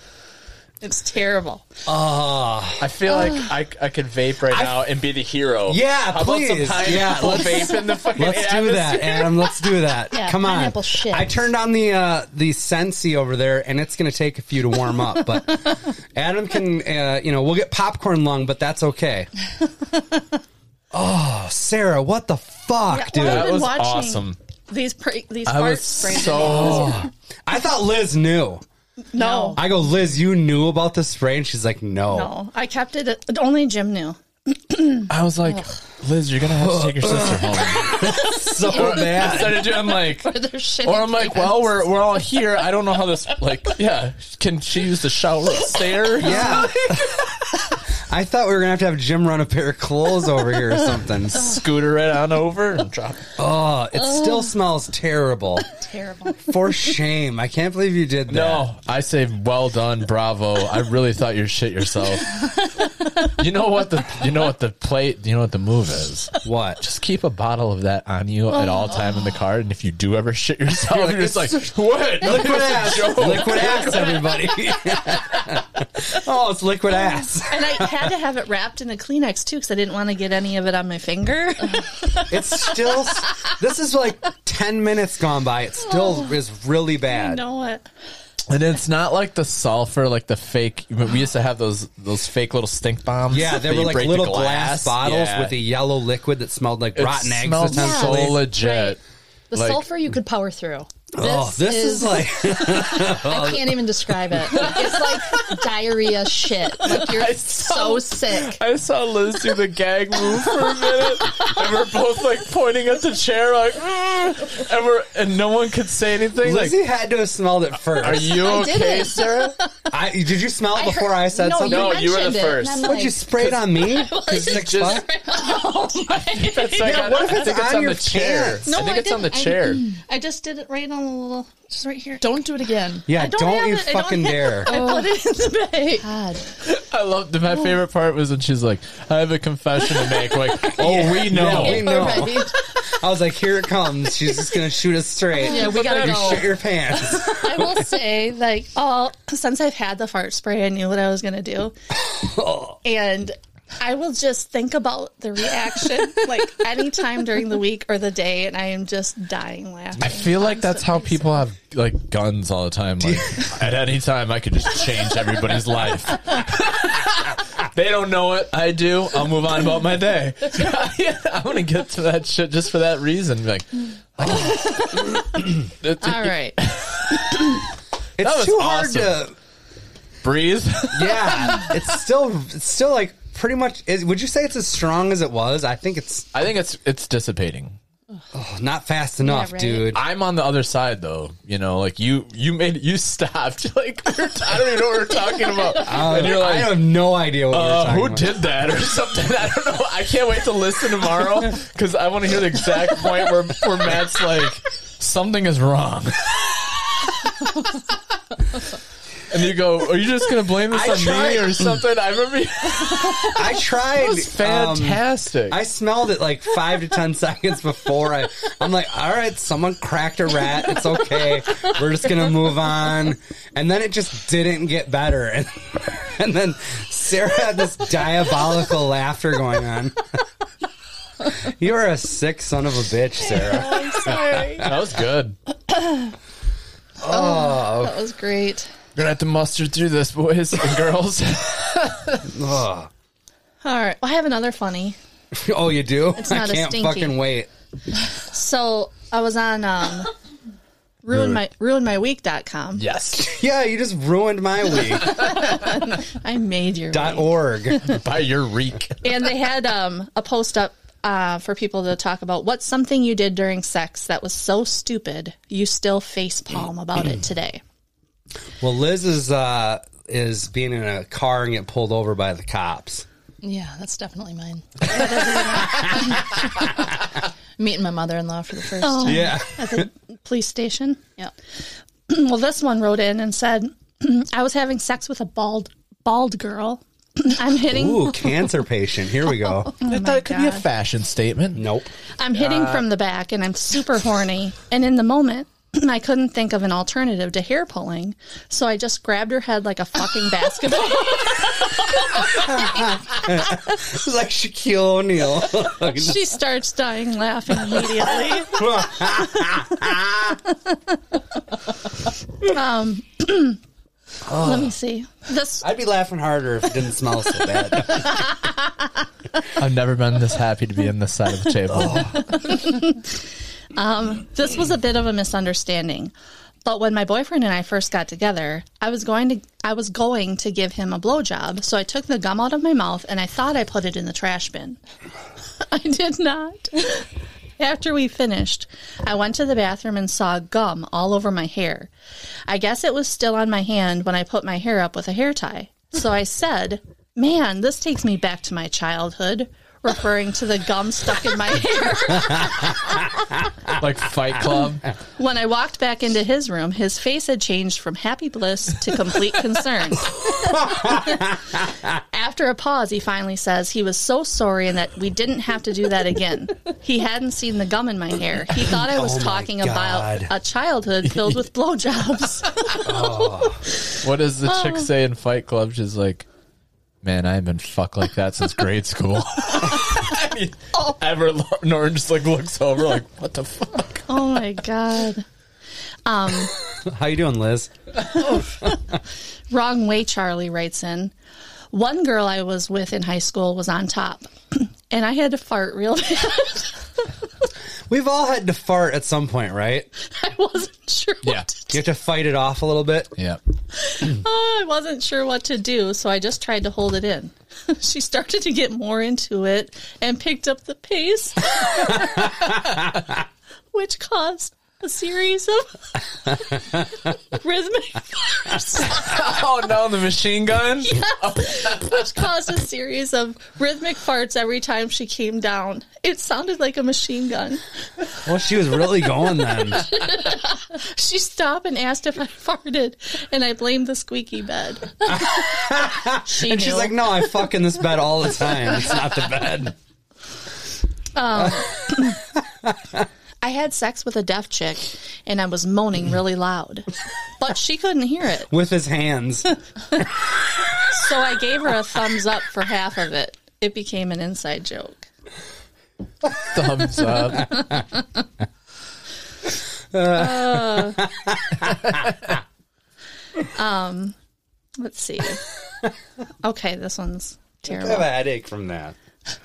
[SPEAKER 3] it's terrible.
[SPEAKER 2] I feel like I, I could vape right now and be the hero.
[SPEAKER 1] Yeah,
[SPEAKER 2] How About
[SPEAKER 1] please.
[SPEAKER 2] some
[SPEAKER 1] Yeah,
[SPEAKER 2] pineapple
[SPEAKER 1] let's-
[SPEAKER 2] vape in the fucking
[SPEAKER 1] Let's do that, Adam. Let's do that.
[SPEAKER 4] Yeah,
[SPEAKER 1] Come on.
[SPEAKER 4] pineapple shit.
[SPEAKER 1] I turned on the uh, the Sensi over there, and it's going to take a few to warm up. But Adam can, uh, you know, we'll get popcorn lung, but that's okay. Oh, Sarah, what the fuck,
[SPEAKER 3] Yeah,
[SPEAKER 1] dude?
[SPEAKER 3] well, I've
[SPEAKER 2] That
[SPEAKER 3] been
[SPEAKER 2] was
[SPEAKER 3] watching
[SPEAKER 2] awesome.
[SPEAKER 3] These pra- these
[SPEAKER 2] I was
[SPEAKER 3] parts.
[SPEAKER 2] so
[SPEAKER 1] I thought Liz knew.
[SPEAKER 3] no,
[SPEAKER 1] I go, Liz, you knew about the spray, and she's like,
[SPEAKER 3] no. I kept it. At, only Jim knew.
[SPEAKER 2] I was like, Liz, you're gonna have to take your sister home. Oh,
[SPEAKER 1] so
[SPEAKER 2] I
[SPEAKER 1] bad.
[SPEAKER 2] started doing I'm like
[SPEAKER 4] They're shitting
[SPEAKER 2] or I'm like, well, we're we're all here. I don't know how this like yeah. Can she use the shower upstairs?
[SPEAKER 1] Yeah. I thought we were gonna have to have Jim run a pair of clothes over here or something.
[SPEAKER 2] Scooter it on over and drop.
[SPEAKER 1] Oh, it still smells terrible.
[SPEAKER 4] terrible.
[SPEAKER 1] For shame. I can't believe you did that.
[SPEAKER 2] No, I say well done, bravo. I really thought you shit yourself. You know what the you know what the plate you know what the move is.
[SPEAKER 1] What?
[SPEAKER 2] Just keep a bottle of that on you at all time in the car, and if you do ever shit yourself, you're, just like, what?
[SPEAKER 1] Liquid ass. Liquid ass, everybody. oh, it's liquid ass.
[SPEAKER 3] And I had to have it wrapped in a Kleenex too because I didn't want to get any of it on my finger.
[SPEAKER 1] It's still. This is like ten minutes gone by. It still is really
[SPEAKER 3] you
[SPEAKER 1] bad.
[SPEAKER 3] know what?
[SPEAKER 2] And it's not like the sulfur, like the fake. We used to have those those fake little stink bombs.
[SPEAKER 1] Yeah,
[SPEAKER 2] that
[SPEAKER 1] they
[SPEAKER 2] you
[SPEAKER 1] were like
[SPEAKER 2] break the
[SPEAKER 1] little glass, bottles
[SPEAKER 2] Yeah.
[SPEAKER 1] with a yellow liquid that smelled like
[SPEAKER 2] It
[SPEAKER 1] rotten eggs.
[SPEAKER 2] smelled so
[SPEAKER 1] Essentially.
[SPEAKER 2] legit.
[SPEAKER 4] The
[SPEAKER 2] Like-
[SPEAKER 4] sulfur you could power through. This,
[SPEAKER 1] oh, this is, like
[SPEAKER 4] I can't even describe it. It's like diarrhea shit. Like you're so sick.
[SPEAKER 2] I saw Liz do the gag move for a minute, and we're both like pointing at the chair, like, "Mm," and we're and no one could say anything.
[SPEAKER 1] Lizzie
[SPEAKER 2] like,
[SPEAKER 1] had to have smelled it first.
[SPEAKER 2] are you
[SPEAKER 4] I did
[SPEAKER 2] okay,
[SPEAKER 4] it.
[SPEAKER 2] sir?
[SPEAKER 1] I, did you smell it before I said
[SPEAKER 4] no,
[SPEAKER 1] something?
[SPEAKER 2] No,
[SPEAKER 4] You
[SPEAKER 2] you were the
[SPEAKER 4] mentioned it,
[SPEAKER 2] first.
[SPEAKER 4] and I'm
[SPEAKER 1] Would
[SPEAKER 4] like-
[SPEAKER 1] you spray it on me? Six
[SPEAKER 2] just-
[SPEAKER 1] bucks?
[SPEAKER 2] That's like,
[SPEAKER 1] Yeah, what if
[SPEAKER 2] I
[SPEAKER 1] it's
[SPEAKER 2] think it's
[SPEAKER 1] on
[SPEAKER 2] on
[SPEAKER 1] your
[SPEAKER 2] the chair.
[SPEAKER 1] pants?
[SPEAKER 3] No,
[SPEAKER 2] I think
[SPEAKER 3] I
[SPEAKER 2] it's on the
[SPEAKER 3] didn't. I-
[SPEAKER 2] chair.
[SPEAKER 3] I just did it right on the little, just right here.
[SPEAKER 5] Don't do it again.
[SPEAKER 1] Yeah,
[SPEAKER 3] I
[SPEAKER 1] don't,
[SPEAKER 3] don't have
[SPEAKER 1] you
[SPEAKER 3] it. I don't
[SPEAKER 1] fucking
[SPEAKER 3] have
[SPEAKER 1] dare.
[SPEAKER 3] I put it in the bag.
[SPEAKER 4] God.
[SPEAKER 2] I loved my favorite part was when she's like, "I have a confession to make." Like, oh, we know.
[SPEAKER 1] Yeah, we know.
[SPEAKER 4] Right.
[SPEAKER 1] I was like, here it comes. She's just gonna shoot us straight.
[SPEAKER 4] Yeah, we gotta
[SPEAKER 1] you
[SPEAKER 4] go.
[SPEAKER 1] shit your pants.
[SPEAKER 3] I will say, like, all since I've had the fart spray, I knew what I was going to do, and I will just think about the reaction, like anytime during the week or the day, and I am just dying laughing.
[SPEAKER 2] I feel like that's how people have like guns all the time. Like at any time, I could just change everybody's life. they don't know it. I do. I'll move on about my day. I'm gonna get to that shit just for that reason. Like, oh. It-
[SPEAKER 5] All right.
[SPEAKER 1] It's
[SPEAKER 2] was
[SPEAKER 1] too hard to.
[SPEAKER 2] awesome. breathe.
[SPEAKER 1] Yeah, it's still it's still like pretty much. Is, would you say it's as strong as it was? I think it's oh,
[SPEAKER 2] I think it's it's dissipating.
[SPEAKER 1] not fast enough,
[SPEAKER 4] right.
[SPEAKER 1] dude.
[SPEAKER 2] I'm on the other side though. You know, like you you made you stopped. Like we were- I don't even know what we're talking about. and you're
[SPEAKER 1] I
[SPEAKER 2] like,
[SPEAKER 1] have no idea what
[SPEAKER 2] Uh,
[SPEAKER 1] we
[SPEAKER 2] who
[SPEAKER 1] were talking
[SPEAKER 2] did that or something? I don't know. I can't wait to listen tomorrow because I want to hear the exact point where, where Matt's like, something is wrong. and you go, are you just going to blame this
[SPEAKER 1] I
[SPEAKER 2] on
[SPEAKER 1] tried-
[SPEAKER 2] me or something? I remember you.
[SPEAKER 1] about. I tried.
[SPEAKER 2] It was
[SPEAKER 1] um,
[SPEAKER 2] fantastic.
[SPEAKER 1] I smelled it like five to ten seconds before I. I'm like, all right, someone cracked a rat. It's okay. We're just gonna move on. And then it just didn't get better. And and then Sarah had this diabolical laughter going on. You are a sick son of a bitch, Sarah.
[SPEAKER 3] I'm sorry.
[SPEAKER 2] that was good. We're
[SPEAKER 5] That was great.
[SPEAKER 2] going to have to muster through this, boys and girls.
[SPEAKER 1] Ugh.
[SPEAKER 3] All right. Well, I have another funny.
[SPEAKER 1] Oh, you do?
[SPEAKER 3] not
[SPEAKER 1] I
[SPEAKER 3] a
[SPEAKER 1] can't
[SPEAKER 3] stinky.
[SPEAKER 1] fucking wait.
[SPEAKER 3] So I was on um, ruin my ruinmyweek.com.
[SPEAKER 2] yes.
[SPEAKER 1] Yeah, you just ruined my week.
[SPEAKER 3] I made your
[SPEAKER 1] Dot
[SPEAKER 3] week.
[SPEAKER 1] org.
[SPEAKER 2] By your reek.
[SPEAKER 1] Oh
[SPEAKER 3] and they had um, a post up uh, for people to talk about what's something you did during sex that was so stupid you still face palm about
[SPEAKER 1] Mm.
[SPEAKER 3] it today.
[SPEAKER 1] Well, Liz is uh, is being in a car and get pulled over by the cops.
[SPEAKER 5] Yeah, that's definitely mine.
[SPEAKER 4] Meeting my mother in law for the first time.
[SPEAKER 1] Yeah.
[SPEAKER 3] at the police station.
[SPEAKER 4] Yeah.
[SPEAKER 3] Well, this one wrote in and said, "I was having sex with a bald bald girl. I'm hitting
[SPEAKER 1] Ooh, cancer patient. Here we go.
[SPEAKER 2] I thought it could be a fashion statement.
[SPEAKER 1] Nope.
[SPEAKER 3] I'm hitting from the back and I'm super horny. And in the moment, I couldn't think of an alternative to hair pulling, so I just grabbed her head like a fucking basketball.
[SPEAKER 1] It's like Shaquille O'Neal.
[SPEAKER 3] she starts dying laughing immediately." Um, let me see. This
[SPEAKER 1] I'd be laughing harder if it didn't smell so bad.
[SPEAKER 2] I've never been this happy to be on this side of the table.
[SPEAKER 3] this was a bit of a misunderstanding. But when my boyfriend and I first got together, I was going to I was going to give him a blowjob, so I took the gum out of my mouth and I thought I put it in the trash bin. I did not. After we finished, I went to the bathroom and saw gum all over my hair. I guess it was still on my hand when I put my hair up with a hair tie. So I said, Man, this takes me back to my childhood. referring to the gum stuck in my hair.
[SPEAKER 2] like Fight Club.
[SPEAKER 3] When I walked back into his room, his face had changed from happy bliss to complete concern. After a pause, he finally says he was so sorry and that we didn't have to do that again. He hadn't seen the gum in my hair. He thought I was
[SPEAKER 1] Oh my
[SPEAKER 3] talking
[SPEAKER 1] God.
[SPEAKER 3] about a childhood filled with blowjobs.
[SPEAKER 2] What does the chick say in Fight Club? She's like, "Man, I have been fucked like that since grade school." And he- Ever Norton just like looks over like, "What the fuck?"
[SPEAKER 3] oh my god. Um
[SPEAKER 1] How you doing, Liz?
[SPEAKER 3] Wrong way, Charlie writes in. One girl I was with in high school was on top, and I had to fart real bad.
[SPEAKER 1] We've all had to fart at some point, right?
[SPEAKER 3] I wasn't sure.
[SPEAKER 2] Yeah.
[SPEAKER 3] What to
[SPEAKER 1] You have to fight it off a little bit.
[SPEAKER 2] Yeah.
[SPEAKER 3] Oh, I wasn't sure what to do, so I just tried to hold it in. she started to get more into it and picked up the pace, which caused a series of rhythmic
[SPEAKER 2] Oh no, the machine gun.
[SPEAKER 3] which caused a series of rhythmic farts every time she came down. It sounded like a machine gun.
[SPEAKER 1] Well, she was really going then.
[SPEAKER 3] She stopped and asked if I farted, and I blamed the squeaky bed. she
[SPEAKER 1] And
[SPEAKER 3] knew.
[SPEAKER 1] she's like, no, I fuck in this bed all the time. It's not the bed.
[SPEAKER 3] I had sex with a deaf chick, and I was moaning really loud, but she couldn't hear it.
[SPEAKER 1] With his hands.
[SPEAKER 3] So I gave her a thumbs up for half of it. It became an inside joke.
[SPEAKER 2] Thumbs up.
[SPEAKER 3] Let's see. Okay, this one's
[SPEAKER 1] I have a
[SPEAKER 3] terrible.
[SPEAKER 1] headache from that.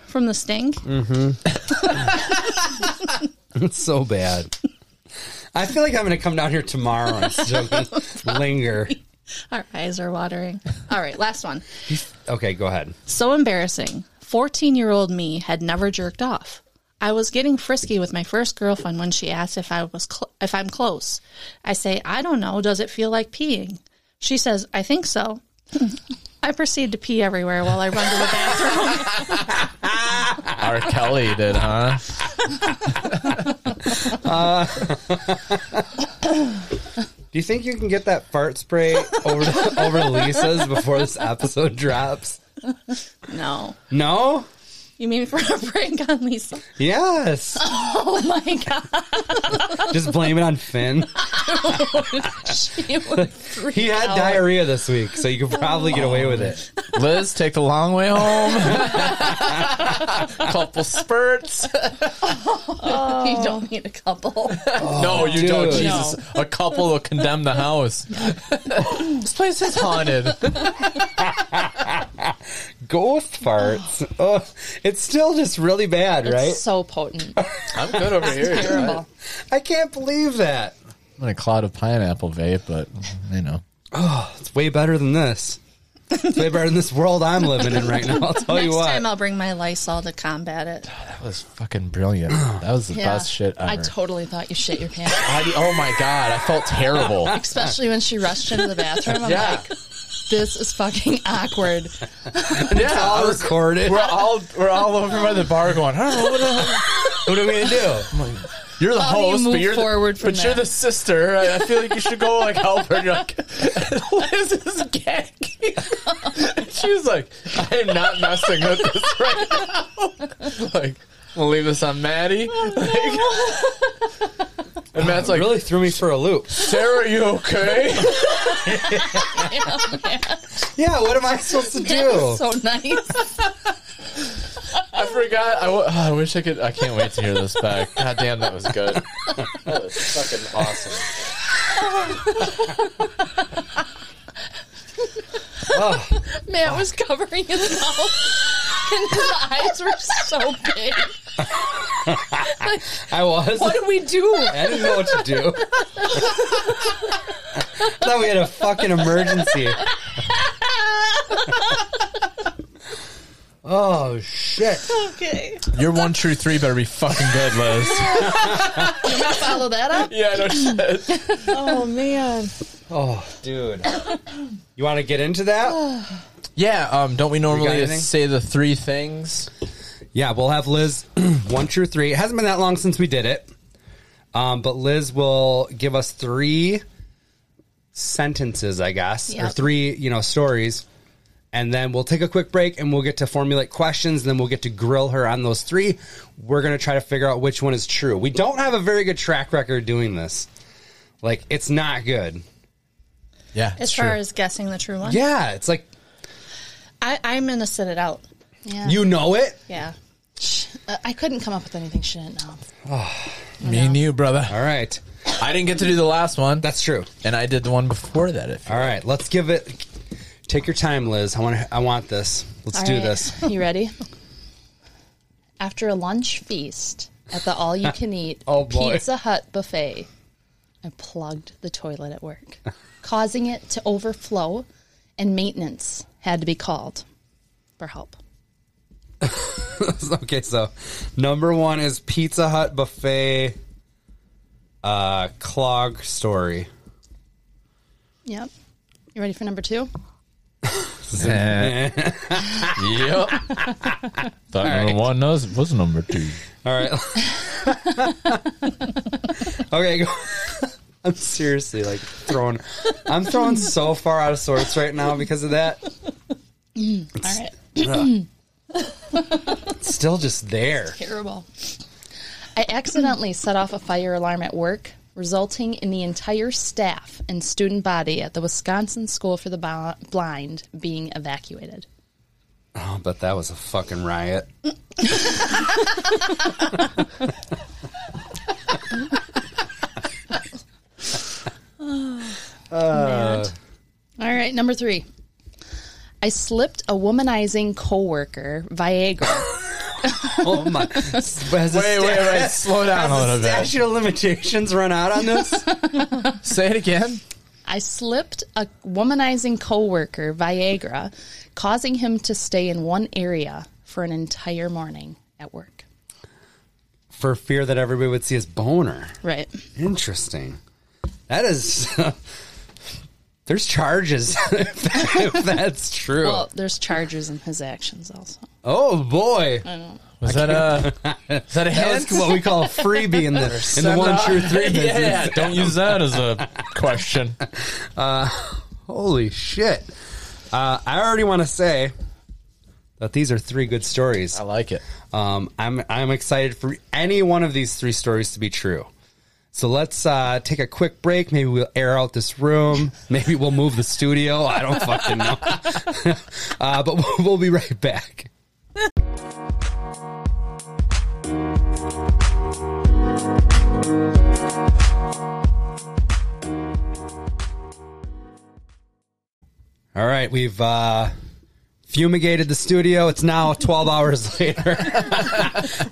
[SPEAKER 3] From the sting?
[SPEAKER 1] It's so bad. I feel like I'm going to come down here tomorrow and still linger.
[SPEAKER 3] Our eyes are watering. All right, last one.
[SPEAKER 1] Okay, go ahead.
[SPEAKER 3] So embarrassing. 14 year old me had never jerked off. I was getting frisky with my first girlfriend when she asked if I was cl- if I'm close. I say, "I don't know, does it feel like peeing?" She says, "I think so." I proceed to pee everywhere while I run to the bathroom.
[SPEAKER 2] R. Kelly did, huh?
[SPEAKER 1] Do you think you can get that fart spray over to, over to Lisa's before this episode drops?
[SPEAKER 3] no.
[SPEAKER 1] No?
[SPEAKER 3] You mean for a prank on Lisa?
[SPEAKER 1] Yes.
[SPEAKER 3] Oh my god.
[SPEAKER 1] Just blame it on Finn.
[SPEAKER 4] She would freak
[SPEAKER 1] He had
[SPEAKER 4] out.
[SPEAKER 1] diarrhea this week, so you could probably get away with it.
[SPEAKER 2] Liz, take the long way home. Couple spurts.
[SPEAKER 4] You don't need a couple.
[SPEAKER 2] no, you don't.
[SPEAKER 1] dude.
[SPEAKER 2] Jesus, a couple will condemn the house. this place is haunted.
[SPEAKER 1] Ghost farts. Oh, it's still just really bad, right?
[SPEAKER 4] So potent.
[SPEAKER 2] I'm good over here. you're all right.
[SPEAKER 4] Terrible.
[SPEAKER 1] I can't believe that.
[SPEAKER 2] I'm in a cloud of pineapple vape, but you know.
[SPEAKER 1] It's way better than this. It's way better than this world I'm living in right now. I'll tell you
[SPEAKER 3] Next
[SPEAKER 1] what.
[SPEAKER 3] time I'll bring my Lysol to combat it.
[SPEAKER 2] That was fucking brilliant. That was the best shit
[SPEAKER 5] I
[SPEAKER 2] ever.
[SPEAKER 5] totally thought you shit your pants,
[SPEAKER 2] I- oh my god, I felt terrible.
[SPEAKER 5] especially when she rushed into the bathroom. I'm
[SPEAKER 2] Yeah.
[SPEAKER 5] like, this is fucking awkward.
[SPEAKER 2] yeah, I
[SPEAKER 1] I'll
[SPEAKER 2] was-
[SPEAKER 1] record it.
[SPEAKER 2] we're all we're all over by the bar going. "Huh, what the-
[SPEAKER 1] What are we gonna do?
[SPEAKER 2] You're the
[SPEAKER 5] How do you
[SPEAKER 2] host, but
[SPEAKER 5] move
[SPEAKER 2] you're
[SPEAKER 5] forward
[SPEAKER 2] the,
[SPEAKER 5] from
[SPEAKER 2] but you're
[SPEAKER 5] that?
[SPEAKER 2] the sister. I, I feel like you should go like help her. And you're like, Liz is gagging. she was like, I am not messing with this right now. like, we'll leave this on Maddie. Like- and Matt's like,
[SPEAKER 1] really threw me for a loop.
[SPEAKER 2] Sarah, are you okay?
[SPEAKER 1] Yeah, what am I supposed to do?
[SPEAKER 4] So nice.
[SPEAKER 2] I forgot. I, w- oh, I wish I could. I can't wait to hear this back. God damn, that was good. That was fucking awesome.
[SPEAKER 4] Matt was covering his mouth, and his eyes were so big.
[SPEAKER 1] I was.
[SPEAKER 4] What do we do?
[SPEAKER 1] I didn't know what to do. I thought we had a fucking emergency. oh shit!
[SPEAKER 3] Okay.
[SPEAKER 2] Your one true three better be fucking good, Liz.
[SPEAKER 5] Follow that up.
[SPEAKER 2] yeah, no shit.
[SPEAKER 5] Oh man,
[SPEAKER 1] Oh, dude. You want to get into that?
[SPEAKER 2] Yeah, um, don't we
[SPEAKER 1] You got
[SPEAKER 2] normally
[SPEAKER 1] anything?
[SPEAKER 2] say the three things?
[SPEAKER 1] Yeah, we'll have Liz one through three. It hasn't been that long since we did it. Um, but Liz will give us three sentences, I guess, or
[SPEAKER 3] Yep.
[SPEAKER 1] three, you know, stories. And then we'll take a quick break and we'll get to formulate questions. And then we'll get to grill her on those three. We're going to try to figure out which one is true. We don't have a very good track record doing this. Like, it's not good.
[SPEAKER 2] Yeah.
[SPEAKER 6] As
[SPEAKER 2] it's
[SPEAKER 6] far
[SPEAKER 2] true.
[SPEAKER 6] as guessing the true one,
[SPEAKER 1] Yeah, it's like,
[SPEAKER 6] I, I'm gonna sit it out.
[SPEAKER 7] Yeah.
[SPEAKER 1] you know it.
[SPEAKER 6] Yeah,
[SPEAKER 7] Uh, I couldn't come up with anything she didn't know.
[SPEAKER 2] me and you, brother.
[SPEAKER 1] All right.
[SPEAKER 2] I didn't get to do the last one,
[SPEAKER 1] That's true.
[SPEAKER 2] and I did the one before that. If
[SPEAKER 1] All right, let's give it. Take your time, Liz. I want. I want this. Let's
[SPEAKER 3] All
[SPEAKER 1] do
[SPEAKER 3] right.
[SPEAKER 1] this.
[SPEAKER 3] You ready? After a lunch feast at the all you can eat
[SPEAKER 1] Oh, boy.
[SPEAKER 3] Pizza Hut buffet, I plugged the toilet at work, causing it to overflow, and maintenance had to be called for help.
[SPEAKER 1] okay, so number one is Pizza Hut buffet. Uh, clog story.
[SPEAKER 7] Yep. You ready for number two?
[SPEAKER 2] yep. Eh. Thought number one knows was number two.
[SPEAKER 1] All right. okay. Go. I'm seriously like thrown. I'm thrown so far out of sorts right now because of that.
[SPEAKER 3] Mm.
[SPEAKER 7] All right.
[SPEAKER 1] It's still just there.
[SPEAKER 7] Terrible.
[SPEAKER 3] I accidentally set off a fire alarm at work, resulting in the entire staff and student body at the Wisconsin School for the Bo- Blind being evacuated.
[SPEAKER 1] Oh, but that was a fucking riot.
[SPEAKER 7] All right, number three.
[SPEAKER 3] I slipped a womanizing coworker Viagra
[SPEAKER 1] Oh my! Has wait,
[SPEAKER 2] Slow down a
[SPEAKER 1] Has the statute of limitations run out on this?
[SPEAKER 2] Say it again.
[SPEAKER 3] I slipped a womanizing coworker Viagra, causing him to stay in one area for an entire morning at work.
[SPEAKER 1] For fear that everybody would see his boner.
[SPEAKER 3] Right.
[SPEAKER 1] Interesting. That is. there's charges if that's true.
[SPEAKER 3] Well, there's charges in his actions also.
[SPEAKER 1] oh boy,
[SPEAKER 2] Was that a was that a
[SPEAKER 1] that
[SPEAKER 2] hint?
[SPEAKER 1] was what we call a freebie in the in the one true three
[SPEAKER 2] Yeah,
[SPEAKER 1] business.
[SPEAKER 2] yeah, don't use that as a question.
[SPEAKER 1] Holy shit! Uh, I already want to say that these are three good stories.
[SPEAKER 2] I like it.
[SPEAKER 1] Um, I'm I'm excited for any one of these three stories to be true. So let's uh, take a quick break. Maybe we'll air out this room. Maybe we'll move the studio. I don't fucking know. uh, but we'll, we'll be right back. All right, we've uh, fumigated the studio. It's now 12 hours later.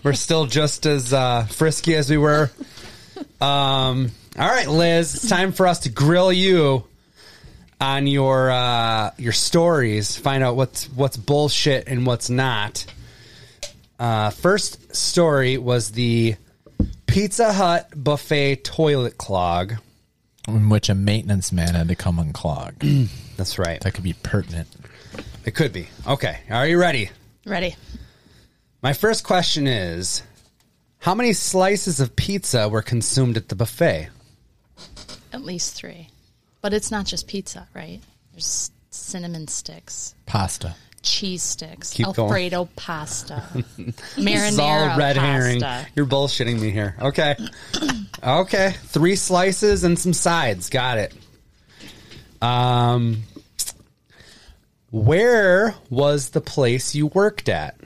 [SPEAKER 1] we're still just as uh, frisky as we were. Um, all right, Liz, it's time for us to grill you on your uh, your stories. Find out what's what's bullshit and what's not. Uh, first story was the Pizza Hut buffet toilet clog.
[SPEAKER 2] In which a maintenance man had to come and clog.
[SPEAKER 1] That's right.
[SPEAKER 2] That could be pertinent.
[SPEAKER 1] It could be. Okay. Are you ready?
[SPEAKER 7] Ready.
[SPEAKER 1] My first question is How many slices of pizza were consumed at the buffet?
[SPEAKER 3] At least three. But it's not just pizza, right? There's cinnamon sticks,
[SPEAKER 2] Pasta.
[SPEAKER 3] cheese sticks,
[SPEAKER 1] Keep going.
[SPEAKER 3] Alfredo pasta,
[SPEAKER 1] This is all
[SPEAKER 3] marinara
[SPEAKER 1] red
[SPEAKER 3] pasta.
[SPEAKER 1] herring. You're bullshitting me here. Okay. okay. Three slices and some sides. Got it. Um, where was the place you worked at?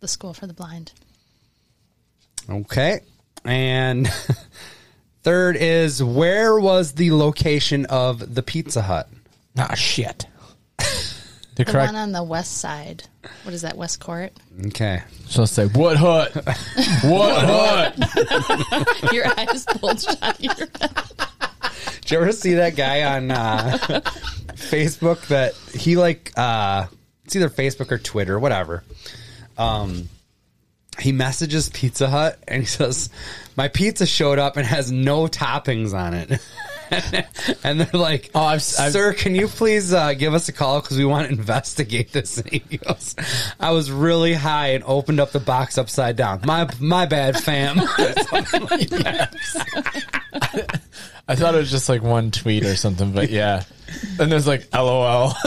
[SPEAKER 3] The school for the blind.
[SPEAKER 1] Okay. And third is where was the location of the Pizza Hut?
[SPEAKER 2] Ah, shit. The
[SPEAKER 3] The
[SPEAKER 2] correct.
[SPEAKER 3] one on the west side. What is that, West Court?
[SPEAKER 1] Okay.
[SPEAKER 2] So say what hut? What hut?
[SPEAKER 3] Your eyes bulged out. Your
[SPEAKER 1] Did you ever see that guy on uh, Facebook that he like uh, it's either Facebook or Twitter, whatever. Um, he messages Pizza Hut and he says, "My pizza showed up and has no toppings on it." and they're like,
[SPEAKER 2] Oh,
[SPEAKER 1] "Oh,
[SPEAKER 2] I've- I've-
[SPEAKER 1] sir, can you please uh, give us a call because we want to investigate this?" And he goes, "I was really high and opened up the box upside down. My my bad, fam."
[SPEAKER 2] I thought it was just like one tweet or something, but yeah. And there's like LOL.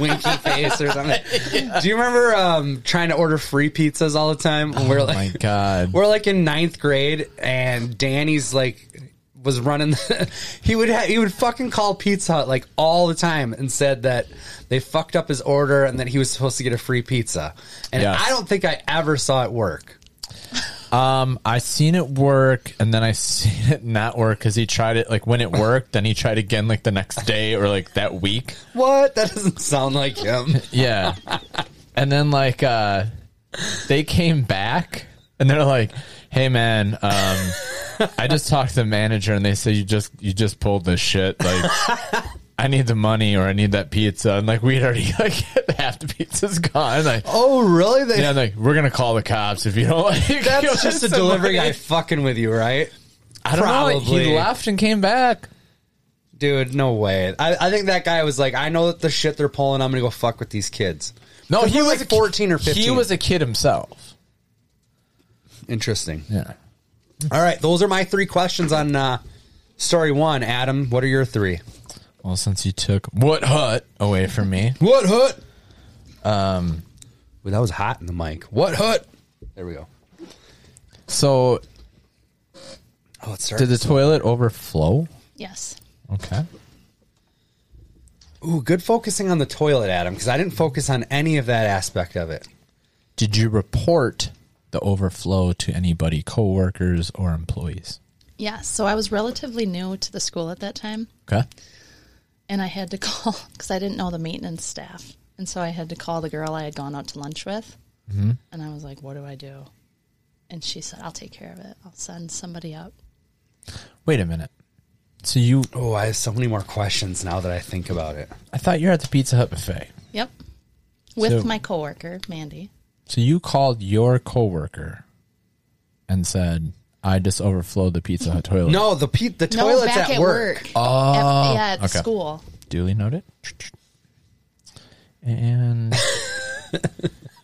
[SPEAKER 1] winky face or something. Do you remember um, trying to order free pizzas all the time? When we're
[SPEAKER 2] oh my
[SPEAKER 1] like,
[SPEAKER 2] god.
[SPEAKER 1] we're like in ninth grade, and Danny's like was running. The, he would ha- he would fucking call Pizza Hut like all the time and said that they fucked up his order and that he was supposed to get a free pizza. And
[SPEAKER 2] Yes.
[SPEAKER 1] I don't think I ever saw it work.
[SPEAKER 2] Um, I seen it work, and then I seen it not work because he tried it like when it worked, then he tried again like the next day or like that week.
[SPEAKER 1] What? That doesn't sound like him.
[SPEAKER 2] Yeah. And then like uh they came back and they're like, "Hey man, um I just talked to the manager and they said you just you just pulled this shit like I need the money or I need that pizza." And like we'd already like half the pizza's gone. Like
[SPEAKER 1] Oh, really? They,
[SPEAKER 2] yeah, like we're gonna call the cops if you don't like. give
[SPEAKER 1] that's
[SPEAKER 2] us
[SPEAKER 1] just a
[SPEAKER 2] some
[SPEAKER 1] delivery
[SPEAKER 2] money."
[SPEAKER 1] guy fucking with you, right?
[SPEAKER 2] I don't know.
[SPEAKER 1] probably.
[SPEAKER 2] He left and came back.
[SPEAKER 1] Dude, no way. I, I think that guy was like, I know that the shit they're pulling, I'm gonna go fuck with these kids.
[SPEAKER 2] No,
[SPEAKER 1] he was 14 or 15.
[SPEAKER 2] He was a kid himself.
[SPEAKER 1] Interesting.
[SPEAKER 2] Yeah.
[SPEAKER 1] All right, those are my three questions on uh, story one. Adam, what are your three?
[SPEAKER 2] Well, since you took what hut away from me,
[SPEAKER 1] What hut? Um, Ooh, that was hot in the mic. What hut? There we go.
[SPEAKER 2] so
[SPEAKER 1] Oh, it
[SPEAKER 2] Did
[SPEAKER 1] started.
[SPEAKER 2] the toilet overflow?
[SPEAKER 5] Yes.
[SPEAKER 2] Okay.
[SPEAKER 1] Ooh, good focusing on the toilet, Adam, because I didn't focus on any of that aspect of it.
[SPEAKER 2] Did you report the overflow to anybody, coworkers or employees?
[SPEAKER 5] Yes. So I was relatively new to the school at that time,
[SPEAKER 2] Okay.
[SPEAKER 5] and I had to call because I didn't know the maintenance staff, and so I had to call the girl I had gone out to lunch with,
[SPEAKER 2] Mm-hmm.
[SPEAKER 5] and I was like, "What do I do?" And she said, "I'll take care of it. I'll send somebody up."
[SPEAKER 2] Wait a minute. So you,
[SPEAKER 1] Oh, I have so many more questions now that I think about it.
[SPEAKER 2] I thought you were at the Pizza Hut buffet.
[SPEAKER 5] Yep.
[SPEAKER 2] So-
[SPEAKER 5] With my coworker Mandy.
[SPEAKER 2] So you called your coworker and said, "I just overflowed the Pizza Hut toilet."
[SPEAKER 1] No, the pe- the toilet's
[SPEAKER 5] no, back
[SPEAKER 1] at, work.
[SPEAKER 5] Oh, yeah, at
[SPEAKER 2] okay.
[SPEAKER 5] school.
[SPEAKER 2] Duly noted. And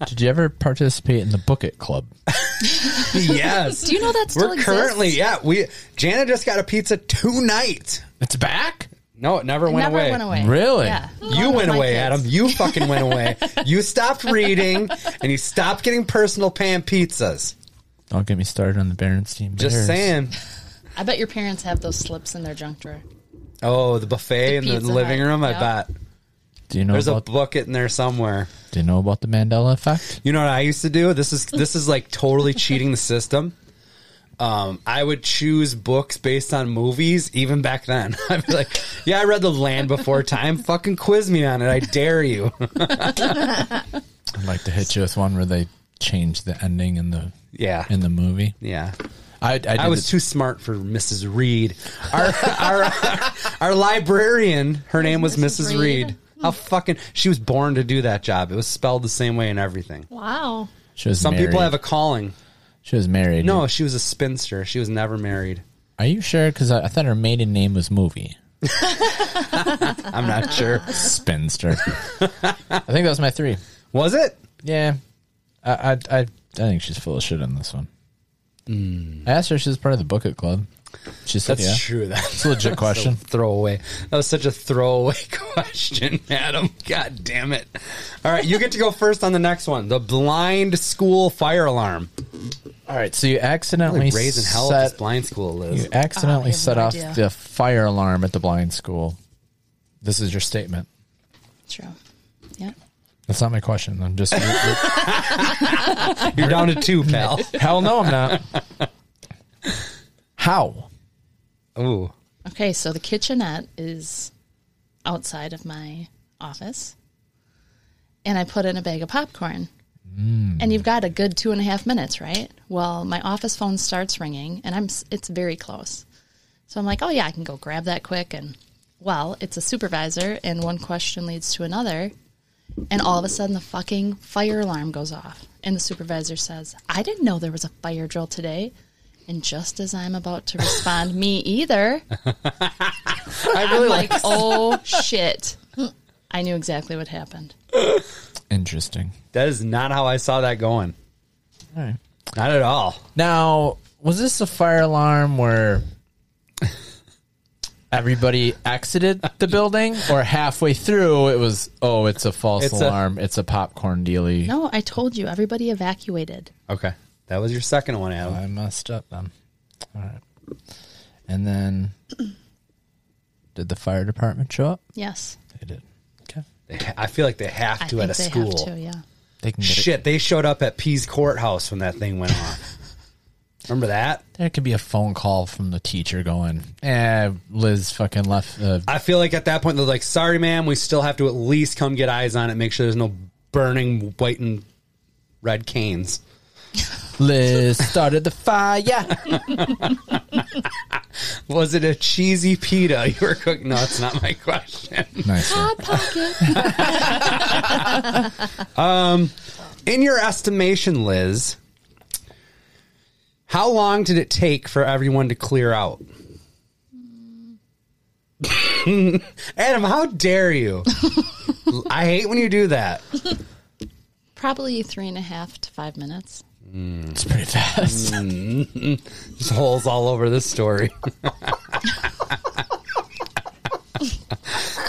[SPEAKER 2] did you ever participate in the Book It Club?
[SPEAKER 1] yes.
[SPEAKER 5] Do you know that still
[SPEAKER 1] We're
[SPEAKER 5] exists?
[SPEAKER 1] currently, yeah. We Jana just got a pizza tonight.
[SPEAKER 2] It's back.
[SPEAKER 1] No, it never went
[SPEAKER 5] Never
[SPEAKER 1] away.
[SPEAKER 5] went away.
[SPEAKER 2] Really?
[SPEAKER 5] Yeah.
[SPEAKER 1] You went
[SPEAKER 5] my
[SPEAKER 1] away,
[SPEAKER 5] kids.
[SPEAKER 1] Adam. You fucking went away. You stopped reading and you stopped getting personal pan pizzas.
[SPEAKER 2] Don't get me started on the Berenstein Bears.
[SPEAKER 1] Just saying.
[SPEAKER 5] I bet your parents have those slips in their junk drawer.
[SPEAKER 1] Oh, the buffet in the
[SPEAKER 5] Pizza
[SPEAKER 1] living
[SPEAKER 5] Hut,
[SPEAKER 1] room. I
[SPEAKER 5] yep.
[SPEAKER 1] bet
[SPEAKER 2] Do you know
[SPEAKER 1] there's a
[SPEAKER 2] about
[SPEAKER 1] bucket in there somewhere.
[SPEAKER 2] Do you know about the Mandela effect?
[SPEAKER 1] You know what I used to do? This is this is like totally cheating the system. Um, I would choose books based on movies even back then. I'd be like, "Yeah, I read The Land Before Time. Fucking quiz me on it. I dare you."
[SPEAKER 2] I'd like to hit you with one where they change the ending in the
[SPEAKER 1] Yeah,
[SPEAKER 2] in the movie.
[SPEAKER 1] yeah.
[SPEAKER 2] I I, did
[SPEAKER 1] I was
[SPEAKER 2] it-
[SPEAKER 1] too smart for Mrs. Reed. Our our, our librarian, her name was Mrs.
[SPEAKER 5] Mrs.
[SPEAKER 1] Reed.
[SPEAKER 5] Reed?
[SPEAKER 1] How fucking she was born to do that job. It was spelled the same way and everything.
[SPEAKER 5] Wow.
[SPEAKER 2] she was
[SPEAKER 1] Some
[SPEAKER 2] married.
[SPEAKER 1] people have a calling.
[SPEAKER 2] she was married.
[SPEAKER 1] No, she was a spinster. She was never married.
[SPEAKER 2] are you sure? Because I, I thought her maiden name was Movie
[SPEAKER 1] I'm not sure.
[SPEAKER 2] Spinster. I think that was my three.
[SPEAKER 1] Was it?
[SPEAKER 2] Yeah, I I I, I think she's full of shit on this one. I asked her if she was part of the Book It Club. She said,
[SPEAKER 1] Hmm. That's
[SPEAKER 2] "Yeah,
[SPEAKER 1] true. That's
[SPEAKER 2] it's a legit question."
[SPEAKER 1] throwaway. That was such a throwaway question, Adam. God damn it. All right, you get to go first on the next one. The blind school fire alarm.
[SPEAKER 2] All right, so you accidentally
[SPEAKER 1] Like raising hell at
[SPEAKER 2] set
[SPEAKER 1] this blind school is.
[SPEAKER 2] You accidentally
[SPEAKER 5] Oh, I have
[SPEAKER 2] set
[SPEAKER 5] no
[SPEAKER 2] off
[SPEAKER 5] idea.
[SPEAKER 2] the fire alarm at the blind school. This is your statement.
[SPEAKER 5] True. Yeah.
[SPEAKER 2] That's not my question. I'm just
[SPEAKER 1] You're down to two, pal.
[SPEAKER 2] hell no, I'm not. How?
[SPEAKER 1] Ooh.
[SPEAKER 5] Okay, so the kitchenette is outside of my office, and I put in a bag of popcorn. And you've got a good two and a half minutes, right? Well, my office phone starts ringing, and I'm s- it's very close, so I'm like, oh yeah, I can go grab that quick. And well, it's a supervisor, and one question leads to another, and all of a sudden the fucking fire alarm goes off, and the supervisor says, I didn't know there was a fire drill today. And just as I'm about to respond, me either,
[SPEAKER 1] I really like.
[SPEAKER 5] like, oh shit. I knew exactly what happened.
[SPEAKER 2] Interesting.
[SPEAKER 1] That is not how I saw that going.
[SPEAKER 2] All right.
[SPEAKER 1] Not at all.
[SPEAKER 2] Now, was this a fire alarm where everybody exited the building, or halfway through it was? Oh, it's a false
[SPEAKER 1] It's a-
[SPEAKER 2] alarm. it's a popcorn dealy.
[SPEAKER 5] No, I told you, everybody evacuated.
[SPEAKER 1] Okay, that was your second one, Adam.
[SPEAKER 2] I messed up then. All right. And then, did the fire department show up?
[SPEAKER 5] Yes.
[SPEAKER 2] They did. Okay.
[SPEAKER 1] I feel like they have
[SPEAKER 5] I
[SPEAKER 1] to
[SPEAKER 5] think
[SPEAKER 1] at a
[SPEAKER 5] they
[SPEAKER 1] school.
[SPEAKER 5] have to, yeah.
[SPEAKER 2] They can get it.
[SPEAKER 1] Shit, they showed up at Pease Courthouse when that thing went off. Remember that?
[SPEAKER 2] There could be a phone call from the teacher going, "Eh, Liz fucking left uh, the
[SPEAKER 1] I feel like at that point they're like, "Sorry, ma'am, we still have to at least come get eyes on it, make sure there's no burning white and red canes."
[SPEAKER 2] Liz started the fire."
[SPEAKER 1] Was it a cheesy pita you were cooking? No, that's not my question.
[SPEAKER 2] nice. one.
[SPEAKER 1] In your estimation, Liz, how long did it take for everyone to clear out? Adam, how dare you? I hate when you do that.
[SPEAKER 5] Probably three and a half to five minutes.
[SPEAKER 2] It's pretty fast.
[SPEAKER 1] There's holes all over this story. all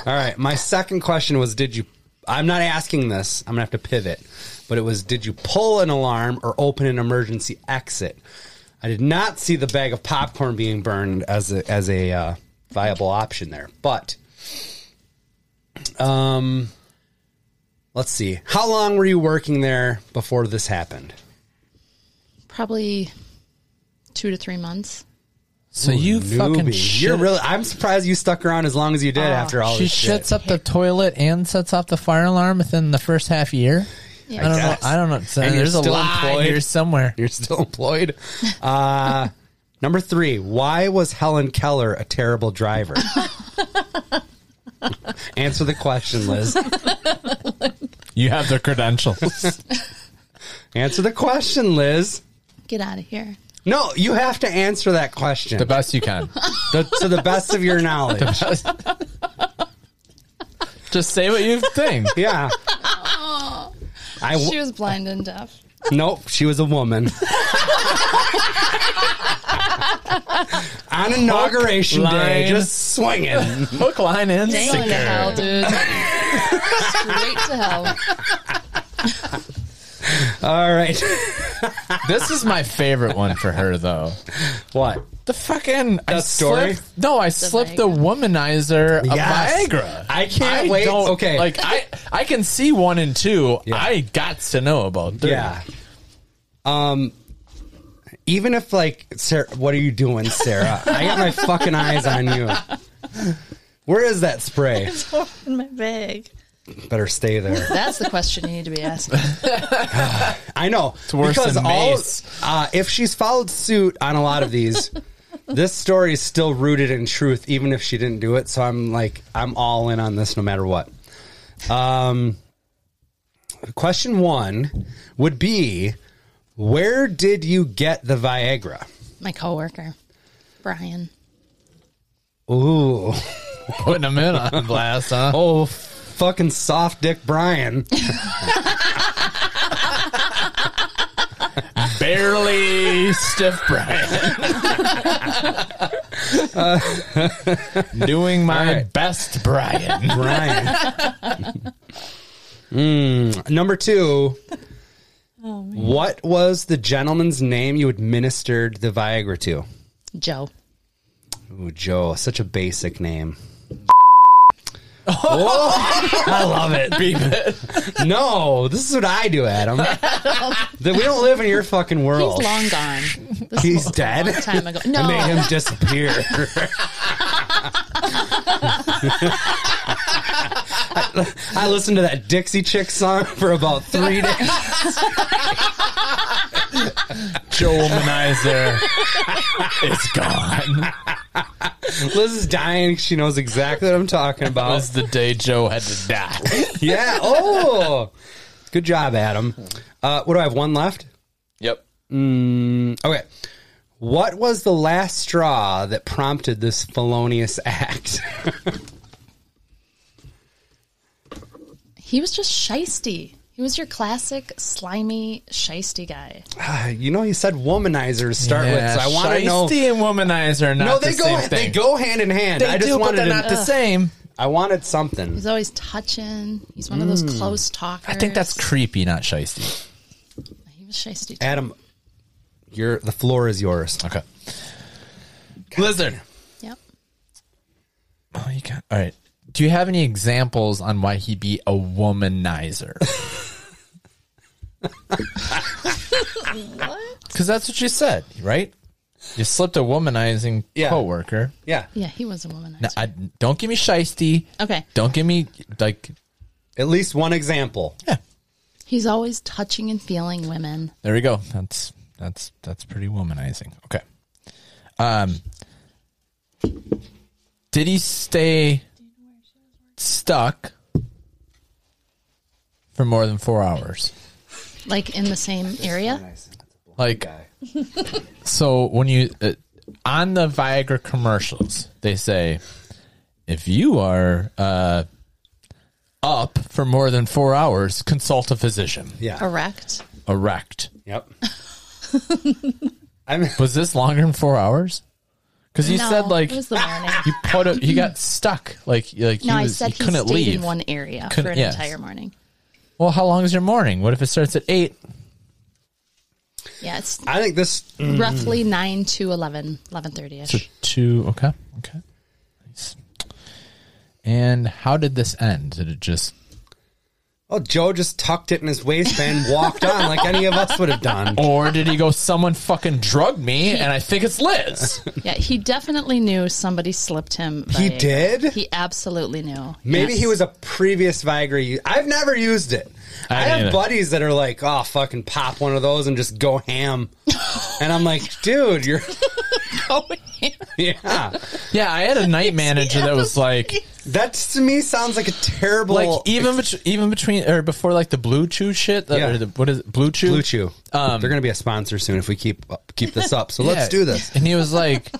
[SPEAKER 1] right. My second question was Did you? I'm not asking this. I'm going to have to pivot. But it was Did you pull an alarm or open an emergency exit? I did not see the bag of popcorn being burned as a, as a uh, viable option there. But um, let's see. How long were you working there before this happened?
[SPEAKER 5] Probably two to three months.
[SPEAKER 2] So you fucking
[SPEAKER 1] Newbie. You're
[SPEAKER 2] shit. Ah,
[SPEAKER 1] really. I'm surprised you stuck around as long as you did after all
[SPEAKER 2] she
[SPEAKER 1] this shit.
[SPEAKER 2] shits up the toilet and sets off the fire alarm within the first half year. I don't
[SPEAKER 1] guess.
[SPEAKER 2] know. I don't know. So
[SPEAKER 1] And you're
[SPEAKER 2] there's a
[SPEAKER 1] still
[SPEAKER 2] lie
[SPEAKER 1] employed.
[SPEAKER 2] here somewhere.
[SPEAKER 1] You're still employed. Uh, number three. Why was Helen Keller a terrible driver? Answer the question, Liz.
[SPEAKER 2] You have the credentials.
[SPEAKER 1] Answer the question, Liz.
[SPEAKER 5] Get out of here.
[SPEAKER 1] No, you have to answer that question
[SPEAKER 2] the best you can.
[SPEAKER 1] The- to the best of your knowledge.
[SPEAKER 2] Just say what you think.
[SPEAKER 1] Yeah. I w-
[SPEAKER 5] She was blind and deaf.
[SPEAKER 1] Nope, she was a woman. On inauguration day,
[SPEAKER 2] line.
[SPEAKER 1] just swinging.
[SPEAKER 2] Hook, line, and
[SPEAKER 5] Going to hell,
[SPEAKER 2] sinker.
[SPEAKER 5] dude. Straight to hell.
[SPEAKER 1] All right,
[SPEAKER 2] This is my favorite one for her, though.
[SPEAKER 1] what?
[SPEAKER 2] The fucking I
[SPEAKER 1] That story?
[SPEAKER 2] Slipped, no, I slipped the womanizer of
[SPEAKER 1] Yes.
[SPEAKER 2] Viagra.
[SPEAKER 1] I can't wait.
[SPEAKER 2] don't-
[SPEAKER 1] Okay.
[SPEAKER 2] like I, I can see one and two.
[SPEAKER 1] Yeah.
[SPEAKER 2] I got to know about three.
[SPEAKER 1] Yeah. Um. Even if like, Sarah, what are you doing, Sarah? I got my fucking eyes on you. Where is that spray?
[SPEAKER 3] It's over in my bag.
[SPEAKER 1] Better stay there.
[SPEAKER 5] That's the question you need to be asking.
[SPEAKER 1] I know. It's
[SPEAKER 2] worse than mace.
[SPEAKER 1] uh, if she's followed suit on a lot of these, this story is still rooted in truth, even if she didn't do it. So I'm like, I'm all in on this no matter what. Um, question one would be Where did you get the Viagra?
[SPEAKER 5] My coworker, Brian.
[SPEAKER 1] Ooh.
[SPEAKER 2] putting them in on blast, huh?
[SPEAKER 1] Oh, fucking soft dick Brian.
[SPEAKER 2] barely stiff Brian. Doing my
[SPEAKER 1] right.
[SPEAKER 2] best, Brian.
[SPEAKER 1] Brian. Mm, Number two. what was the gentleman's name you administered the Viagra to?
[SPEAKER 5] Joe.
[SPEAKER 1] Ooh, Joe, such a basic name. Oh, I love it.
[SPEAKER 2] Beep it.
[SPEAKER 1] No, this is what I do, Adam. That we don't live in your fucking world.
[SPEAKER 5] He's long gone. This
[SPEAKER 1] He's
[SPEAKER 5] was a
[SPEAKER 1] dead?
[SPEAKER 5] long time ago.
[SPEAKER 1] Oh. I made
[SPEAKER 5] No,
[SPEAKER 1] him disappear. I, I listened to that Dixie Chick song for about three days.
[SPEAKER 2] Joe Womanizer. it's gone.
[SPEAKER 1] Liz is dying. She knows exactly what I'm talking
[SPEAKER 2] That
[SPEAKER 1] about.
[SPEAKER 2] was the day Joe had to die.
[SPEAKER 1] yeah. Oh, good job, Adam. Uh, what do I have? One left.
[SPEAKER 2] Yep.
[SPEAKER 1] Okay. What was the last straw that prompted this felonious act?
[SPEAKER 4] He was just shisty. He was your classic slimy shisty guy.
[SPEAKER 1] Ah, you know, you said womanizers start with, so I want to know.
[SPEAKER 2] Shiesty and womanizer are not
[SPEAKER 1] No, they
[SPEAKER 2] the
[SPEAKER 1] go
[SPEAKER 2] same thing.
[SPEAKER 1] they go hand in hand.
[SPEAKER 2] They
[SPEAKER 1] I just
[SPEAKER 2] do, but uh,
[SPEAKER 1] wanted
[SPEAKER 2] they're
[SPEAKER 1] to-
[SPEAKER 2] not the same.
[SPEAKER 1] I wanted something.
[SPEAKER 4] He's always touching. He's one of those close talkers.
[SPEAKER 2] Mm. I think that's creepy, not shisty.
[SPEAKER 4] he was shisty. Too.
[SPEAKER 1] Adam, your the floor is yours.
[SPEAKER 2] Okay. Blizzard.
[SPEAKER 4] Yep.
[SPEAKER 2] Oh, you got all right. Do you have any examples on why he'd be a womanizer? Because that's what you said, right? You slipped a womanizing
[SPEAKER 1] Yeah.
[SPEAKER 2] coworker.
[SPEAKER 1] Yeah,
[SPEAKER 4] Yeah, he was a womanizer.
[SPEAKER 2] Now, I, don't give me shisty.
[SPEAKER 4] okay.
[SPEAKER 2] Don't give me like
[SPEAKER 1] at least one example.
[SPEAKER 4] He's always touching and feeling women.
[SPEAKER 2] There we go. That's that's that's pretty womanizing. Okay. Um Did he stay stuck for more than 4 hours?
[SPEAKER 4] Like in the same area?
[SPEAKER 2] Like So when you uh, on the Viagra commercials, they say if you are uh up for more than 4 hours, consult a physician.
[SPEAKER 1] Yeah.
[SPEAKER 4] Erect.
[SPEAKER 2] Erect.
[SPEAKER 1] Yep. I'm
[SPEAKER 2] Was this longer than 4 hours? Cuz you
[SPEAKER 4] no,
[SPEAKER 2] said like
[SPEAKER 4] it was the morning.
[SPEAKER 2] He put a, he got stuck. Like like
[SPEAKER 4] no,
[SPEAKER 2] he,
[SPEAKER 4] I
[SPEAKER 2] was,
[SPEAKER 4] said
[SPEAKER 2] he
[SPEAKER 4] he,
[SPEAKER 2] couldn't
[SPEAKER 4] stayed
[SPEAKER 2] leave.
[SPEAKER 4] in one area
[SPEAKER 2] Couldn't-
[SPEAKER 4] for an
[SPEAKER 2] yes.
[SPEAKER 4] entire morning.
[SPEAKER 2] Well, how long is your morning? What if it starts at eight?
[SPEAKER 4] Yeah, it's
[SPEAKER 1] I think this
[SPEAKER 2] Mm.
[SPEAKER 4] roughly 9 to 11, 11.30ish.
[SPEAKER 2] So two. Okay, okay. Nice. And how did this end? Did it just?
[SPEAKER 1] Oh, Joe just tucked it in his waistband, walked on like any of us would have done.
[SPEAKER 2] Or did he go? Someone fucking drugged me, and I think it's Liz.
[SPEAKER 4] Yeah, he definitely knew somebody slipped him.
[SPEAKER 1] He
[SPEAKER 4] Viagra.
[SPEAKER 1] did?
[SPEAKER 4] He absolutely knew.
[SPEAKER 1] Maybe
[SPEAKER 4] Yes.
[SPEAKER 1] he was a previous Viagra. u- I've never used it. I,
[SPEAKER 2] I
[SPEAKER 1] have
[SPEAKER 2] haven't either.
[SPEAKER 1] buddies that are like, "Oh, fucking pop one of those and just go ham," and I'm like, "Dude, you're yeah."
[SPEAKER 2] yeah, I had a night manager that was like,
[SPEAKER 1] That to me sounds like a terrible
[SPEAKER 2] like even bet- even between or before like the blue chew shit. the-
[SPEAKER 1] Yeah.
[SPEAKER 2] or the, what is it? Blue chew.
[SPEAKER 1] Blue Chew. They're going to be a sponsor soon if we keep up, keep this up. So let's
[SPEAKER 2] um, Yeah.
[SPEAKER 1] do this.
[SPEAKER 2] And he was like,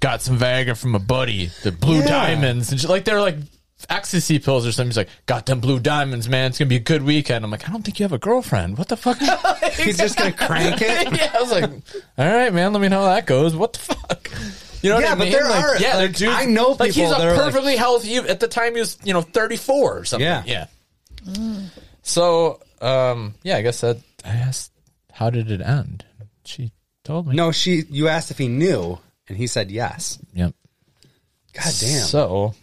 [SPEAKER 2] got some Viagra from a buddy, the blue
[SPEAKER 1] Yeah.
[SPEAKER 2] diamonds. And she, like, they're like ecstasy pills or something. He's like, got them blue diamonds, man. It's going to be a good weekend. I'm like, I don't think you have a girlfriend. What the fuck? yeah,
[SPEAKER 1] He's just going to crank it.
[SPEAKER 2] I was like, all right, man, let me know how that goes. What the fuck? You know
[SPEAKER 1] Yeah,
[SPEAKER 2] what I
[SPEAKER 1] but
[SPEAKER 2] mean?
[SPEAKER 1] there
[SPEAKER 2] like,
[SPEAKER 1] are-
[SPEAKER 2] yeah, they're
[SPEAKER 1] like,
[SPEAKER 2] dudes-
[SPEAKER 1] I know
[SPEAKER 2] Like, he's
[SPEAKER 1] people
[SPEAKER 2] a
[SPEAKER 1] that are, like-
[SPEAKER 2] perfectly healthy, at the time he was, you know, 34 or something.
[SPEAKER 1] Yeah.
[SPEAKER 2] Yeah. So, um, yeah, I guess that, I asked, how did it end? She told me.
[SPEAKER 1] No, she. You asked if he knew, and he said yes.
[SPEAKER 2] Yep.
[SPEAKER 1] God damn.
[SPEAKER 2] So,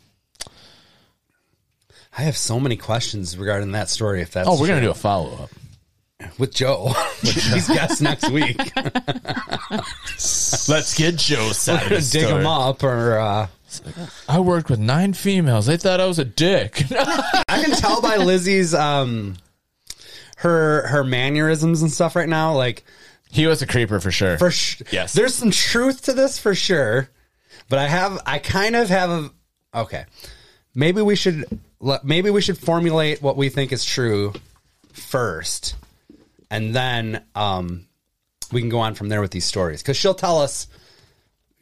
[SPEAKER 1] I have so many questions regarding that story. If that's
[SPEAKER 2] oh, we're gonna do a follow up.
[SPEAKER 1] with Joe. He's guest next week.
[SPEAKER 2] Let's get Joe's side
[SPEAKER 1] dig him up, or uh,
[SPEAKER 2] I worked with nine females. They thought I was a dick.
[SPEAKER 1] I can tell by Lizzie's um, her her mannerisms and stuff right now. Like
[SPEAKER 2] he was a creeper for sure.
[SPEAKER 1] for sh-
[SPEAKER 2] Yes.
[SPEAKER 1] there's some truth to this for sure. But I have, I kind of have a okay. Maybe we should le- maybe we should formulate what we think is true first, and then um, we can go on from there with these stories because she'll tell us.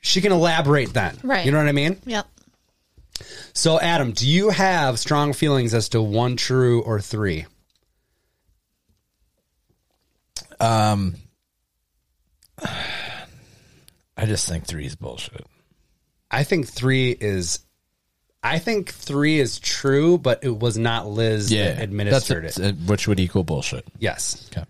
[SPEAKER 1] She can elaborate then.
[SPEAKER 3] Right.
[SPEAKER 1] You know what I mean?
[SPEAKER 3] Yep.
[SPEAKER 1] So, Adam, do you have strong feelings as to one true or three?
[SPEAKER 2] um, I just think three is bullshit.
[SPEAKER 1] I think three is. I think three is true, but it was not Liz that administered it.
[SPEAKER 2] which would equal bullshit.
[SPEAKER 1] Yes.
[SPEAKER 2] Okay,